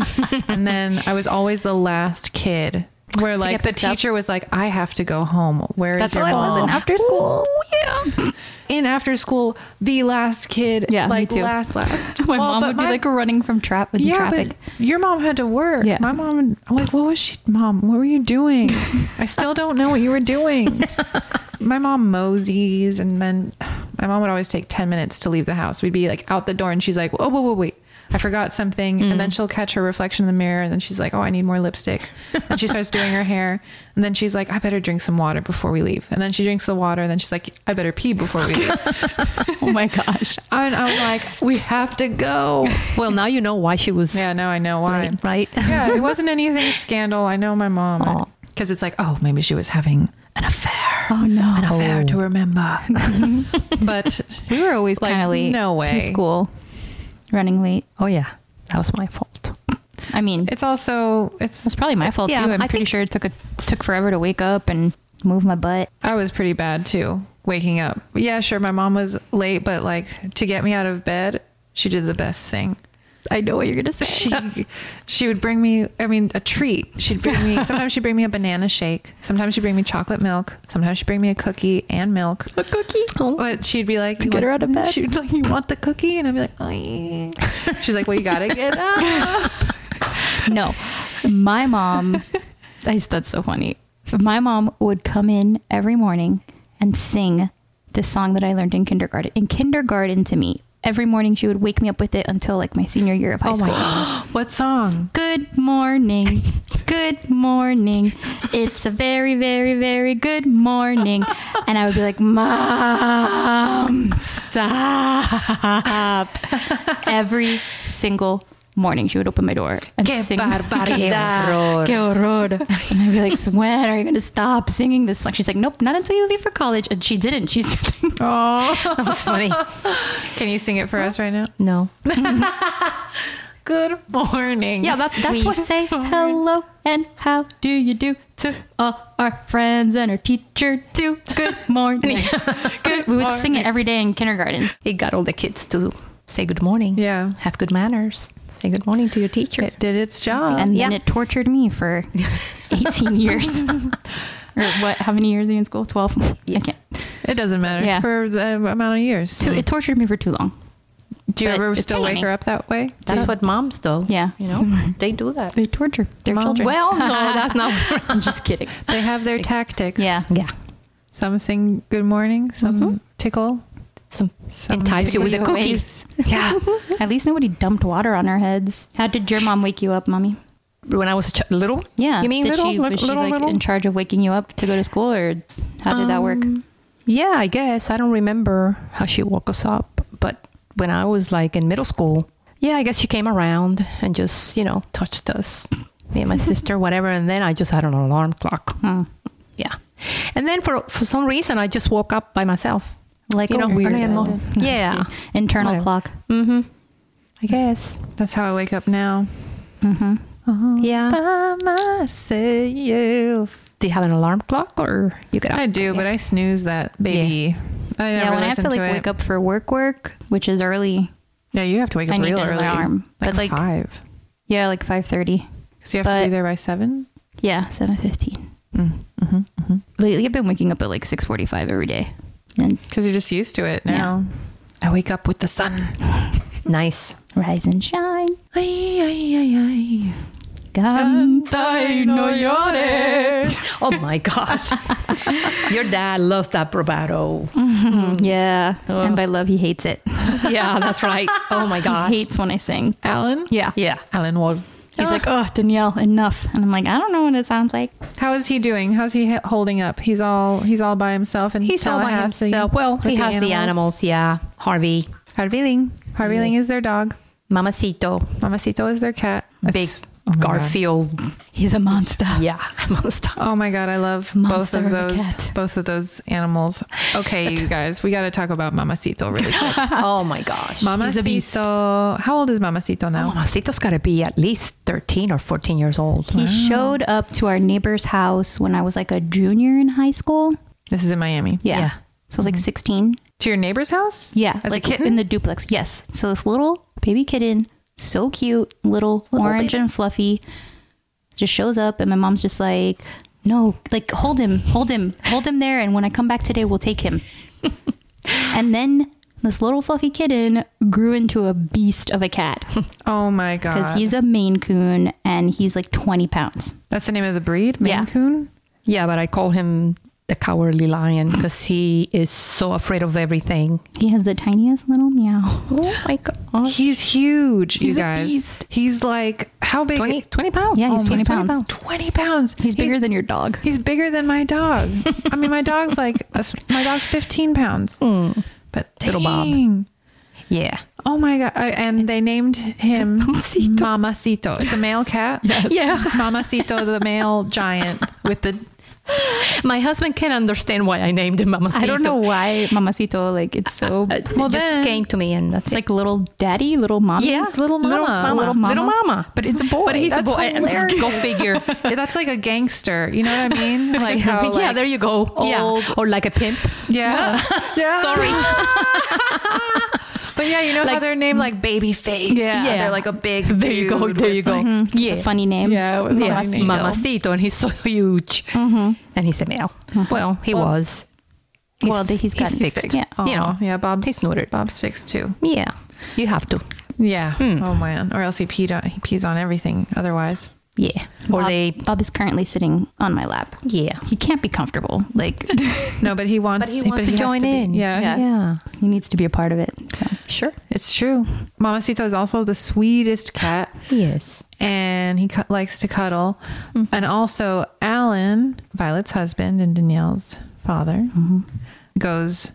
[SPEAKER 3] and then I was always the last kid. Where like
[SPEAKER 2] get
[SPEAKER 3] the
[SPEAKER 2] picked up.
[SPEAKER 3] teacher was like, "I have to go home. Where is
[SPEAKER 2] That's
[SPEAKER 3] your
[SPEAKER 2] how I
[SPEAKER 3] mom?"
[SPEAKER 2] was in after school. yeah,
[SPEAKER 3] in after school, the last kid.
[SPEAKER 2] Yeah, me
[SPEAKER 3] like
[SPEAKER 2] too.
[SPEAKER 3] last, last.
[SPEAKER 2] (laughs) my
[SPEAKER 3] Well,
[SPEAKER 2] mom
[SPEAKER 3] but
[SPEAKER 2] would be
[SPEAKER 3] my-
[SPEAKER 2] like running from trap with
[SPEAKER 3] yeah,
[SPEAKER 2] traffic.
[SPEAKER 3] but your mom had to work.
[SPEAKER 2] Yeah.
[SPEAKER 3] my mom. I'm like, what was she? Mom, what were you doing?
[SPEAKER 2] (laughs)
[SPEAKER 3] I still don't know what you were doing. my mom moseys, and then my mom would always take ten minutes to leave the house. We'd be like out the door, and she's like, oh, whoa, whoa, wait. I forgot something, and
[SPEAKER 2] Mm.
[SPEAKER 3] then she'll catch her reflection in the mirror, and then she's like, "Oh, I need more lipstick," and she starts doing her hair, and then she's like, "I better drink some water before we leave," and then she drinks the water, and then she's like, "I better pee before we
[SPEAKER 2] (laughs)
[SPEAKER 3] leave."
[SPEAKER 2] oh my (laughs) gosh,
[SPEAKER 3] And I was like, we have to go.
[SPEAKER 1] Well, now you know why she was
[SPEAKER 3] Yeah, now I know why.
[SPEAKER 1] late, right?
[SPEAKER 3] Yeah, it wasn't anything scandal. I know my
[SPEAKER 1] Aw.
[SPEAKER 3] mom. Because it's like, oh, maybe she was having an affair.
[SPEAKER 2] (laughs) Oh, no.
[SPEAKER 3] An affair to remember. but
[SPEAKER 2] we were always
[SPEAKER 3] Like,
[SPEAKER 2] kind of late.
[SPEAKER 3] no way.
[SPEAKER 2] to school, running late.
[SPEAKER 1] Oh, yeah. That was my fault.
[SPEAKER 2] I mean,
[SPEAKER 3] it's also, it's,
[SPEAKER 2] it's probably my fault
[SPEAKER 1] Yeah,
[SPEAKER 2] too. I'm
[SPEAKER 1] I
[SPEAKER 2] pretty
[SPEAKER 1] think-
[SPEAKER 2] sure it took a, took forever to wake up and move my butt.
[SPEAKER 3] I was pretty bad too, waking up. Yeah, sure, my mom was late, but like to get me out of bed, she did the best thing.
[SPEAKER 2] I know what you're gonna say. (laughs)
[SPEAKER 3] she she would bring me i mean a treat she'd bring me sometimes she'd bring me a banana shake sometimes she'd bring me chocolate milk sometimes she'd bring me a cookie and milk
[SPEAKER 2] (laughs)
[SPEAKER 3] a cookie
[SPEAKER 2] Oh,
[SPEAKER 3] but she'd be like to
[SPEAKER 2] get her out of bed.
[SPEAKER 3] she'd be like you want the cookie and i'd be like "Aye." she's like well you gotta get up
[SPEAKER 2] (laughs) No, my mom That's, that's so funny. My mom would come in every morning and sing this song that I learned in kindergarten. In kindergarten to me, every morning she would wake me up with it until like my senior year of high
[SPEAKER 3] Oh
[SPEAKER 2] school.
[SPEAKER 3] my! what song?
[SPEAKER 2] Good morning. Good morning. It's a very, very, very good morning. And I would be like, Mom, stop. Every single morning, she would open my door and
[SPEAKER 3] Que
[SPEAKER 2] sing.
[SPEAKER 3] barbaridad.
[SPEAKER 2] Que horror. And I'd be like, so when are you going to stop singing this song? She's like, nope, not until you leave for college. And she didn't. She's (laughs)
[SPEAKER 3] Oh,
[SPEAKER 1] (laughs) That
[SPEAKER 3] (laughs)
[SPEAKER 1] was funny.
[SPEAKER 3] can you sing it for us right now?
[SPEAKER 1] No.
[SPEAKER 3] Good morning.
[SPEAKER 1] Yeah, that, that's
[SPEAKER 2] we
[SPEAKER 1] what
[SPEAKER 2] say hello and how do you do to all our friends and our teacher too.
[SPEAKER 1] (laughs)
[SPEAKER 2] Good morning. Good. We would sing it every day in kindergarten.
[SPEAKER 1] it got all the kids to say good morning.
[SPEAKER 3] Yeah.
[SPEAKER 1] Have good manners. Say good morning to your teacher.
[SPEAKER 3] It did its job.
[SPEAKER 2] And then
[SPEAKER 1] Yeah.
[SPEAKER 2] it tortured me
[SPEAKER 1] (laughs)
[SPEAKER 2] for 18 years. or what? How many years are you in school? 12? I can't.
[SPEAKER 3] it doesn't matter
[SPEAKER 2] Yeah.
[SPEAKER 3] for the amount of years.
[SPEAKER 2] So it tortured me for too long.
[SPEAKER 3] Do you
[SPEAKER 2] but
[SPEAKER 3] ever
[SPEAKER 2] it's
[SPEAKER 3] still wake
[SPEAKER 2] singing.
[SPEAKER 3] her up that way?
[SPEAKER 1] That's what moms do.
[SPEAKER 2] Yeah. (laughs)
[SPEAKER 1] You know, they do that.
[SPEAKER 2] They torture their
[SPEAKER 3] Mom-
[SPEAKER 2] children.
[SPEAKER 1] Well,
[SPEAKER 2] (laughs)
[SPEAKER 1] no, that's not.
[SPEAKER 2] I'm just kidding.
[SPEAKER 3] They have their tactics.
[SPEAKER 2] Yeah.
[SPEAKER 1] Yeah.
[SPEAKER 3] Some sing good morning, some tickle.
[SPEAKER 1] Some,
[SPEAKER 3] Some
[SPEAKER 1] entice
[SPEAKER 3] tickle
[SPEAKER 1] you with the
[SPEAKER 3] your
[SPEAKER 1] cookies.
[SPEAKER 2] (laughs)
[SPEAKER 1] Yeah.
[SPEAKER 2] At least nobody dumped water on our heads. How did your mom wake you up, mommy?
[SPEAKER 1] when I was a ch- little?
[SPEAKER 2] Yeah.
[SPEAKER 1] You mean
[SPEAKER 2] did
[SPEAKER 1] little?
[SPEAKER 2] She,
[SPEAKER 1] Lit-
[SPEAKER 2] was she
[SPEAKER 1] little,
[SPEAKER 2] like
[SPEAKER 1] little?
[SPEAKER 2] in charge of waking you up to go to school, or how did that work?
[SPEAKER 1] Um, Yeah, I guess. I don't remember how she woke us up, but when I was like in middle school, yeah, I guess she came around and just, you know, touched us, me and
[SPEAKER 2] (laughs)
[SPEAKER 1] my sister, whatever. And then I just had an alarm clock.
[SPEAKER 2] Hmm.
[SPEAKER 1] Yeah. And then for, for some reason, I just woke up by myself.
[SPEAKER 2] Like
[SPEAKER 1] You
[SPEAKER 2] a
[SPEAKER 1] know,
[SPEAKER 2] weirdo.
[SPEAKER 1] early in the morning.
[SPEAKER 2] (laughs) I see.
[SPEAKER 1] Yeah.
[SPEAKER 2] Internal
[SPEAKER 1] Whatever.
[SPEAKER 2] clock.
[SPEAKER 1] Mm hmm. I guess.
[SPEAKER 3] That's how I wake up now.
[SPEAKER 2] hmm
[SPEAKER 1] Yeah.
[SPEAKER 3] By myself.
[SPEAKER 1] Do you have an alarm clock or you get up?
[SPEAKER 3] I do, but I snooze that baby. I never
[SPEAKER 2] Yeah, when I
[SPEAKER 3] listen
[SPEAKER 2] have to like
[SPEAKER 3] it.
[SPEAKER 2] wake up for work, work, which is early.
[SPEAKER 3] Yeah, you have to wake
[SPEAKER 2] I
[SPEAKER 3] up
[SPEAKER 2] need
[SPEAKER 3] real
[SPEAKER 2] an
[SPEAKER 3] early.
[SPEAKER 2] alarm,
[SPEAKER 3] like
[SPEAKER 2] but, like-
[SPEAKER 3] five.
[SPEAKER 2] Yeah, like five thirty.
[SPEAKER 3] Because you have to
[SPEAKER 2] but-
[SPEAKER 3] be there by seven.
[SPEAKER 2] Yeah, seven fifteen.
[SPEAKER 3] Mm-hmm.
[SPEAKER 2] Lately, I've been waking up at like six forty-five every day, and
[SPEAKER 3] Because you're just used to it
[SPEAKER 2] Yeah.
[SPEAKER 3] now. I wake up with the sun.
[SPEAKER 1] Nice.
[SPEAKER 2] rise and shine.
[SPEAKER 3] Ay, ay, ay, ay.
[SPEAKER 2] Canta y no llores.
[SPEAKER 1] Oh my (laughs) gosh. Your dad loves that bravado.
[SPEAKER 2] (laughs) Yeah, and by love, he hates it. (laughs)
[SPEAKER 1] Yeah, that's right. Oh my
[SPEAKER 2] He
[SPEAKER 1] gosh.
[SPEAKER 2] hates when I sing.
[SPEAKER 3] Alan?
[SPEAKER 2] Yeah.
[SPEAKER 1] Yeah.
[SPEAKER 3] Alan Wall.
[SPEAKER 2] He's like, oh, Danielle, enough. And I'm like, I don't know what it sounds like.
[SPEAKER 3] How is he doing? How's he he- holding up? He's all he's all by himself and
[SPEAKER 1] He's all by himself. Well, he has the animals. Yeah. Harvey,
[SPEAKER 3] Harveeling. Harveeling is their dog.
[SPEAKER 1] Mamacito,
[SPEAKER 3] Mamacito is their cat. That's-
[SPEAKER 1] Big
[SPEAKER 3] oh my God.
[SPEAKER 1] Garfield.
[SPEAKER 2] He's a monster.
[SPEAKER 1] (laughs) Yeah. Monster.
[SPEAKER 3] Oh my god, I love
[SPEAKER 2] Monster
[SPEAKER 3] both
[SPEAKER 2] of
[SPEAKER 3] of
[SPEAKER 2] a
[SPEAKER 3] those
[SPEAKER 2] cat.
[SPEAKER 3] both of those animals.
[SPEAKER 2] (laughs)
[SPEAKER 3] Okay, you guys, we got to talk about Mamacito really quick.
[SPEAKER 1] Oh my gosh.
[SPEAKER 2] He's a beast.
[SPEAKER 3] Mamacito. How old is Mamacito now?
[SPEAKER 1] Mamacito's got to be at least 13 or 14 years old.
[SPEAKER 2] He showed up to our neighbor's house when I was like a junior in high school.
[SPEAKER 3] This is in Miami.
[SPEAKER 2] Yeah.
[SPEAKER 1] Yeah.
[SPEAKER 2] So I was like 16.
[SPEAKER 3] To your neighbor's house?
[SPEAKER 2] Yeah.
[SPEAKER 3] Mm-hmm. As
[SPEAKER 2] like
[SPEAKER 3] a kitten?
[SPEAKER 2] in the duplex. Yes. So this little baby kitten, so cute, little, orange and fluffy, just shows up. And my mom's just like, no, like hold him, hold him, hold him there. And when I come back today, we'll take
[SPEAKER 3] (laughs)
[SPEAKER 2] him. and then this little fluffy kitten grew into a beast of a cat
[SPEAKER 3] oh my
[SPEAKER 2] because
[SPEAKER 3] god.
[SPEAKER 2] he's a Maine Coon and he's like 20 pounds.
[SPEAKER 3] That's the name of the breed, Maine
[SPEAKER 2] Yeah.
[SPEAKER 3] Coon?
[SPEAKER 1] Yeah, but I call him the cowardly lion because he is so afraid of everything.
[SPEAKER 2] He has the tiniest little meow.
[SPEAKER 1] Oh my gosh.
[SPEAKER 3] He's huge, you
[SPEAKER 2] He's a
[SPEAKER 3] guys.
[SPEAKER 2] beast.
[SPEAKER 3] He's like how big?
[SPEAKER 1] 20, 20 pounds.
[SPEAKER 2] Yeah, he's
[SPEAKER 1] Oh,
[SPEAKER 2] 20 pounds.
[SPEAKER 3] 20 pounds.
[SPEAKER 2] He's bigger than your dog.
[SPEAKER 3] He's bigger than my dog. I mean, my dog's like a s my dog's
[SPEAKER 2] (laughs)
[SPEAKER 3] 15 pounds.
[SPEAKER 2] Mm,
[SPEAKER 3] But dang.
[SPEAKER 1] Little Bob. Yeah.
[SPEAKER 3] Oh my god! I, and they named
[SPEAKER 2] (laughs)
[SPEAKER 3] him
[SPEAKER 1] Mamacito.
[SPEAKER 3] Mamacito. It's a male cat. Yes.
[SPEAKER 1] Yeah.
[SPEAKER 3] Mamacito, the male giant with the
[SPEAKER 1] My husband can't understand why I named him Mamacito.
[SPEAKER 2] I don't know why Mamacito, like, it's so.
[SPEAKER 1] Uh,
[SPEAKER 3] Well,
[SPEAKER 1] it
[SPEAKER 3] then-
[SPEAKER 1] just came to me and that's
[SPEAKER 2] It's
[SPEAKER 1] it.
[SPEAKER 2] like little daddy, little mommy.
[SPEAKER 1] Yeah,
[SPEAKER 3] It's little
[SPEAKER 1] Little
[SPEAKER 3] mama.
[SPEAKER 1] mama.
[SPEAKER 2] Little mama.
[SPEAKER 1] Little mama.
[SPEAKER 2] But it's a boy.
[SPEAKER 1] But he's
[SPEAKER 3] That's
[SPEAKER 1] a boy. (laughs)
[SPEAKER 3] hilarious.
[SPEAKER 1] Go (laughs) figure.
[SPEAKER 3] Yeah, that's like a gangster. You know what I (laughs) mean? Like how? Like,
[SPEAKER 1] (laughs) yeah, there you go.
[SPEAKER 3] old-
[SPEAKER 1] Yeah. Or like a pimp.
[SPEAKER 3] yeah. (laughs) yeah.
[SPEAKER 1] Sorry.
[SPEAKER 3] But yeah, you know how
[SPEAKER 1] Like-
[SPEAKER 3] they're named like Babyface.
[SPEAKER 1] Yeah.
[SPEAKER 3] They're like a (laughs) big.
[SPEAKER 1] There you go.
[SPEAKER 3] dude
[SPEAKER 1] There you
[SPEAKER 3] with,
[SPEAKER 1] go.
[SPEAKER 3] like-
[SPEAKER 2] It's a funny name.
[SPEAKER 3] Yeah, with a
[SPEAKER 1] Yeah,
[SPEAKER 3] funny name.
[SPEAKER 1] Mamacito, Mm-hmm. and he's so (laughs) huge. And he's a male. Mm-hmm. Well, he was. He's-
[SPEAKER 2] well, he's gotten
[SPEAKER 1] fixed.
[SPEAKER 2] Yeah.
[SPEAKER 3] Oh,
[SPEAKER 1] You know.
[SPEAKER 3] yeah, Bob's
[SPEAKER 1] He's neutered.
[SPEAKER 3] Bob's fixed too. Hmm.
[SPEAKER 1] Yeah, you have to.
[SPEAKER 3] Yeah. Oh man, or else he peed on, he pees on everything. Otherwise,
[SPEAKER 1] Yeah. Or
[SPEAKER 2] Bob,
[SPEAKER 1] they,
[SPEAKER 2] Bob is currently sitting on my lap.
[SPEAKER 1] yeah.
[SPEAKER 2] He can't be comfortable.
[SPEAKER 1] (laughs)
[SPEAKER 2] Like
[SPEAKER 3] No, but he wants,
[SPEAKER 1] But he wants to
[SPEAKER 3] has
[SPEAKER 1] join
[SPEAKER 3] be-
[SPEAKER 1] in.
[SPEAKER 3] Yeah.
[SPEAKER 2] Yeah.
[SPEAKER 1] Yeah.
[SPEAKER 2] he needs to be a part of it. So
[SPEAKER 1] Sure.
[SPEAKER 3] It's true. Mamacito is also the sweetest (laughs) cat
[SPEAKER 1] Yes.
[SPEAKER 3] and he cu- likes to cuddle. And also, Alan, Violet's husband and Danielle's father, goes,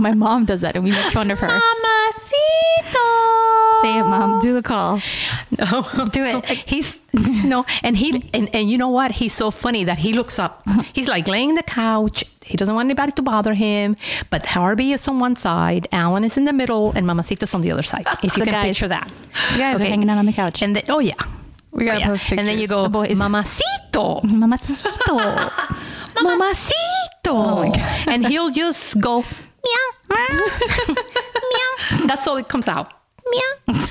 [SPEAKER 2] (laughs) my mom does that, and we make fun of her.
[SPEAKER 3] Mamacito!
[SPEAKER 2] Say it, mom. Do the call.
[SPEAKER 1] No, do it. He's (laughs) no, and he and, and you know what? He's so funny that he looks up. He's like laying on the couch. He doesn't want anybody to bother him. But Harvey is on one side, Alan is in the middle, and Mamacito's on the other side. If you
[SPEAKER 2] the
[SPEAKER 1] can
[SPEAKER 2] guys.
[SPEAKER 1] picture that.
[SPEAKER 2] You guys are hanging out on the couch.
[SPEAKER 1] And then oh yeah,
[SPEAKER 3] We
[SPEAKER 1] Oh,
[SPEAKER 3] gotta
[SPEAKER 1] yeah.
[SPEAKER 3] post pictures.
[SPEAKER 1] And then you go,
[SPEAKER 2] The boys.
[SPEAKER 1] Mamacito,
[SPEAKER 2] Mamacito.
[SPEAKER 1] Mamacito, and he'll just go meow, meow, meow. That's all it comes out. Meow.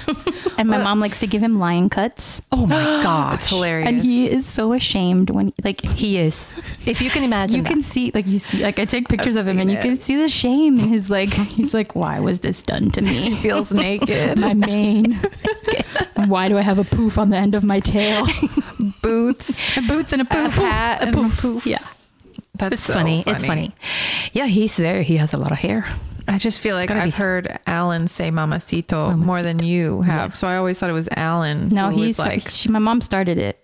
[SPEAKER 2] and (laughs) my mom likes to give him lion cuts.
[SPEAKER 1] Oh (gasps) my
[SPEAKER 3] (gasps)
[SPEAKER 1] god,
[SPEAKER 3] It's hilarious.
[SPEAKER 2] And he is so ashamed when, like,
[SPEAKER 1] He is. If you can imagine,
[SPEAKER 2] you
[SPEAKER 1] that.
[SPEAKER 2] can see, like, you see, like, I take pictures of him and you can see the shame in his, like, he's like, why was this done to
[SPEAKER 3] (laughs)
[SPEAKER 2] me?
[SPEAKER 3] (laughs)
[SPEAKER 2] (laughs)
[SPEAKER 3] feels naked.
[SPEAKER 2] My
[SPEAKER 3] (laughs)
[SPEAKER 2] mane. Why do I have a poof on the end of my tail?
[SPEAKER 3] (laughs) Boots.
[SPEAKER 2] a (laughs) boots and a
[SPEAKER 3] A
[SPEAKER 2] poof.
[SPEAKER 3] hat and a poof.
[SPEAKER 1] Yeah.
[SPEAKER 3] That's
[SPEAKER 1] It's
[SPEAKER 3] so
[SPEAKER 1] funny. It's funny. Yeah, he's very. He has a lot of hair.
[SPEAKER 3] I just feel like
[SPEAKER 1] gotta
[SPEAKER 3] I've
[SPEAKER 1] be-
[SPEAKER 3] heard Alan say "mamacito" more than you have, so I always thought it was Alan.
[SPEAKER 2] No,
[SPEAKER 3] who was
[SPEAKER 2] he's
[SPEAKER 3] like,
[SPEAKER 2] like, she, my mom started it.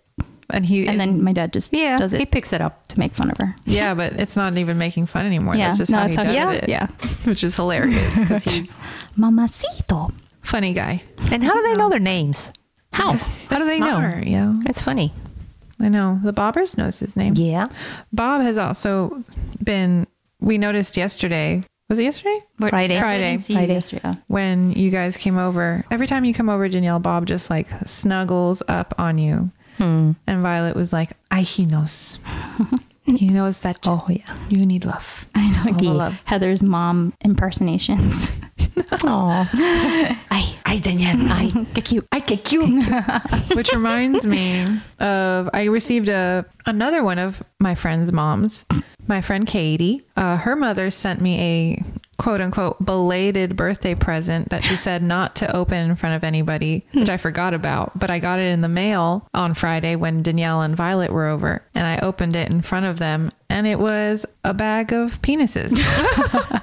[SPEAKER 3] and he,
[SPEAKER 2] And then my dad just
[SPEAKER 1] Yeah,
[SPEAKER 2] does
[SPEAKER 1] he
[SPEAKER 2] it
[SPEAKER 1] picks it up.
[SPEAKER 2] to make fun of her.
[SPEAKER 3] (laughs) yeah, but it's not even making fun anymore.
[SPEAKER 2] Yeah.
[SPEAKER 3] That's just
[SPEAKER 2] No,
[SPEAKER 3] how
[SPEAKER 2] that's
[SPEAKER 3] he
[SPEAKER 2] how he
[SPEAKER 3] does
[SPEAKER 2] does
[SPEAKER 3] it.
[SPEAKER 2] it. Yeah.
[SPEAKER 3] (laughs) which is hilarious because he's
[SPEAKER 2] Mamacito.
[SPEAKER 3] funny guy.
[SPEAKER 1] And how do they know their names? (laughs) How? How do they know?
[SPEAKER 3] Smart, Yeah,
[SPEAKER 1] It's funny.
[SPEAKER 3] I know. The Bobbers knows his name.
[SPEAKER 1] Yeah.
[SPEAKER 3] Bob has also been. We noticed yesterday. Was it yesterday?
[SPEAKER 1] Friday.
[SPEAKER 3] Friday.
[SPEAKER 2] See you
[SPEAKER 1] Friday.
[SPEAKER 2] yesterday.
[SPEAKER 3] when you guys came over. Every time you come over, Danielle, Bob just like snuggles up on you.
[SPEAKER 1] Hmm.
[SPEAKER 3] And Violet was like, I he
[SPEAKER 1] (laughs)
[SPEAKER 3] knows. he knows that
[SPEAKER 1] Oh yeah.
[SPEAKER 3] you need love.
[SPEAKER 2] (laughs) I know.
[SPEAKER 3] the
[SPEAKER 2] Gee,
[SPEAKER 3] love.
[SPEAKER 2] Heather's mom impersonations.
[SPEAKER 1] Oh. I I Daniel. (laughs) I
[SPEAKER 2] Get cute.
[SPEAKER 1] I get you.
[SPEAKER 3] (laughs) Which reminds me of I received a another one of my friend's moms. My friend Katie, uh, her mother sent me a quote unquote belated birthday present that she said not to open in front of anybody, which I forgot about. But I got it in the mail on Friday when Danielle and Violet were over, and I opened it in front of them, and it was a bag of penises.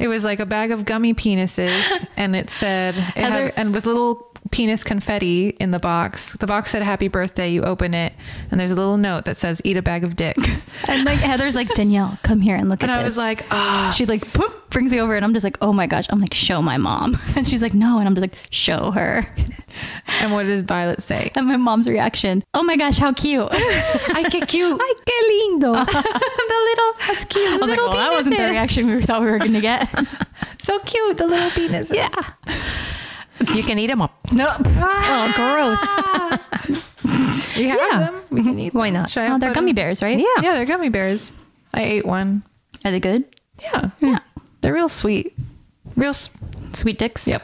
[SPEAKER 3] it was like a bag of gummy penises, and it said it had-
[SPEAKER 2] Heather-
[SPEAKER 3] and with little penis confetti in the box. The box said happy birthday. You open it and there's a little note that says eat a bag
[SPEAKER 2] (laughs)
[SPEAKER 3] of dicks.
[SPEAKER 2] And like Heather's like, Danielle, come here and look
[SPEAKER 3] and
[SPEAKER 2] at
[SPEAKER 3] I
[SPEAKER 2] this.
[SPEAKER 3] was like, ah,
[SPEAKER 2] she like poop, brings me over and I'm just like, oh my gosh. I'm like, show my mom. (laughs) And she's like, no. And I'm just like, show her. (laughs)
[SPEAKER 3] and what does Violet say?
[SPEAKER 2] And my mom's reaction, oh my gosh, how cute. (laughs)
[SPEAKER 3] I get cute.
[SPEAKER 1] Ay qué
[SPEAKER 3] the
[SPEAKER 1] lindo.
[SPEAKER 3] little that's cute.
[SPEAKER 2] I was like, well, that wasn't the reaction we thought we were going to get. (laughs)
[SPEAKER 3] So cute, the little penises.
[SPEAKER 2] yeah.
[SPEAKER 1] (laughs) you can eat them up.
[SPEAKER 2] No. Oh, gross.
[SPEAKER 3] We have
[SPEAKER 1] Yeah.
[SPEAKER 3] them. We can eat
[SPEAKER 1] Why
[SPEAKER 3] them.
[SPEAKER 1] not?
[SPEAKER 3] Should I
[SPEAKER 2] Oh,
[SPEAKER 3] put
[SPEAKER 2] they're
[SPEAKER 3] them-
[SPEAKER 2] gummy bears, right?
[SPEAKER 1] Yeah.
[SPEAKER 3] Yeah, they're gummy bears. I ate one.
[SPEAKER 2] Are they good?
[SPEAKER 3] Yeah.
[SPEAKER 2] Yeah.
[SPEAKER 3] They're real sweet. Real s-
[SPEAKER 2] Sweet dicks.
[SPEAKER 3] Yep.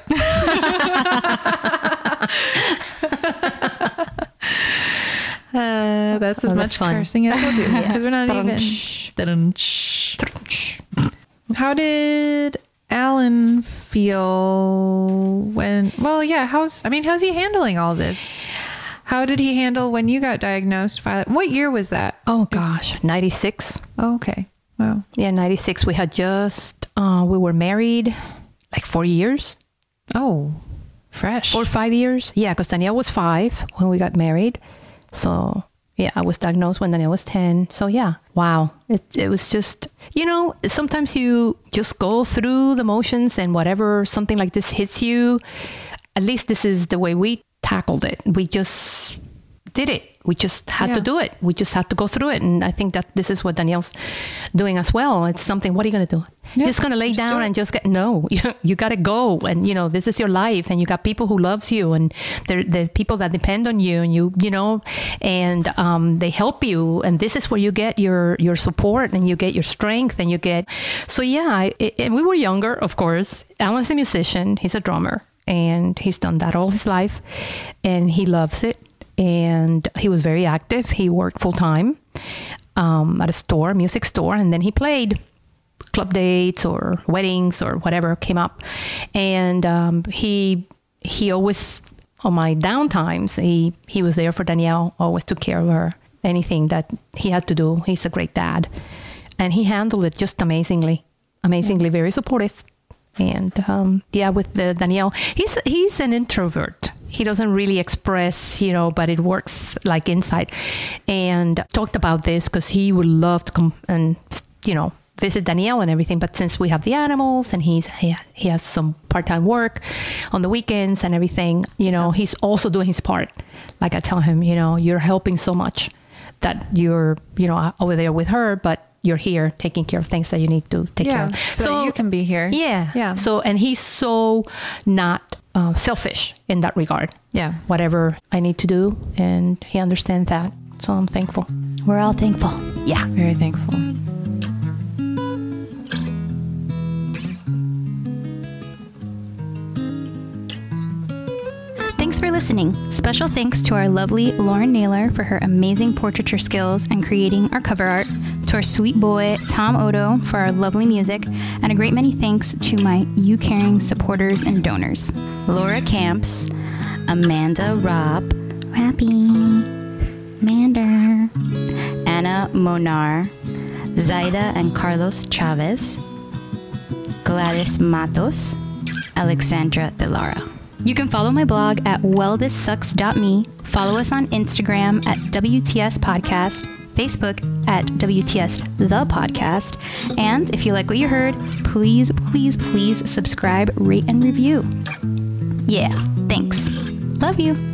[SPEAKER 3] Uh, that's as
[SPEAKER 1] Oh,
[SPEAKER 3] much
[SPEAKER 1] that's fun.
[SPEAKER 3] cursing as we'll
[SPEAKER 1] (laughs)
[SPEAKER 3] do because we're not
[SPEAKER 1] Dun-dun-sh.
[SPEAKER 3] even. How did Alan feel when? Well, yeah. How's I mean, how's he handling all this? How did he handle when you got diagnosed? Violet? What year was that?
[SPEAKER 1] Oh gosh, ninety six.
[SPEAKER 3] Oh, okay. Wow.
[SPEAKER 1] Yeah, ninety six. We had just uh, we were married like four years.
[SPEAKER 3] Oh, fresh.
[SPEAKER 1] Four or five years. Yeah, because Danielle was five when we got married. So yeah, I was diagnosed when Danielle was ten. So yeah, wow. It it was just you know sometimes you just go through the motions and whatever something like this hits you. At least this is the way we tackled it. We just did it. We just had
[SPEAKER 3] Yeah.
[SPEAKER 1] to do it. We just had to go through it. And I think that this is what Danielle's doing as well. It's something. What are you going to do?
[SPEAKER 3] Yeah,
[SPEAKER 1] just going to lay
[SPEAKER 3] just do
[SPEAKER 1] down
[SPEAKER 3] it.
[SPEAKER 1] and just get no (laughs) you, you got to go and you know this is your life and you got people who loves you and there there's people that depend on you and you you know and um, they help you and this is where you get your your support and you get your strength and you get so yeah I, it, and we were younger of course alan's a musician he's a drummer and he's done that all his life and he loves it and he was very active he worked full-time um, at a store music store and then he played club dates or weddings or whatever came up, and um, he he always on my downtimes, he, he was there for Danielle, always took care of her. Anything that he had to do, he's a great dad. And he handled it just amazingly, amazingly, very supportive. And um, yeah, with the Danielle, he's, he's an introvert. He doesn't really express, you know, but it works like inside. And talked about this because he would love to come and, you know, visit Danielle and everything. But since we have the animals and he's he, he has some part time work on the weekends and everything, you know, he's also doing his part. Like I tell him, you know, you're helping so much that you're you know over there with her, but you're here taking care of things that you need to take care
[SPEAKER 3] Yeah.
[SPEAKER 1] of.
[SPEAKER 3] So, you can be here.
[SPEAKER 1] yeah
[SPEAKER 3] Yeah.
[SPEAKER 1] So and he's so not uh, selfish in that regard.
[SPEAKER 3] Yeah.
[SPEAKER 1] Whatever I need to do, and he understands that. So I'm thankful.
[SPEAKER 2] We're all thankful.
[SPEAKER 1] Yeah.
[SPEAKER 3] Very thankful.
[SPEAKER 2] Thanks for listening. Special thanks to our lovely Lauren Naylor for her amazing portraiture skills and creating our cover art, to our sweet boy Tom Odo for our lovely music, and a great many thanks to my You Caring supporters and donors.
[SPEAKER 4] Laura Camps, Amanda Robb,
[SPEAKER 2] Rappy, Mander,
[SPEAKER 4] Anna Monar, Zaida and Carlos Chavez, Gladys Matos, Alexandra Delara.
[SPEAKER 2] You can follow my blog at wellthissucks.me, follow us on Instagram at WTS Podcast, Facebook at WTS The Podcast, and if you like what you heard, please, please, please subscribe, rate, and review. Yeah, thanks. Love you.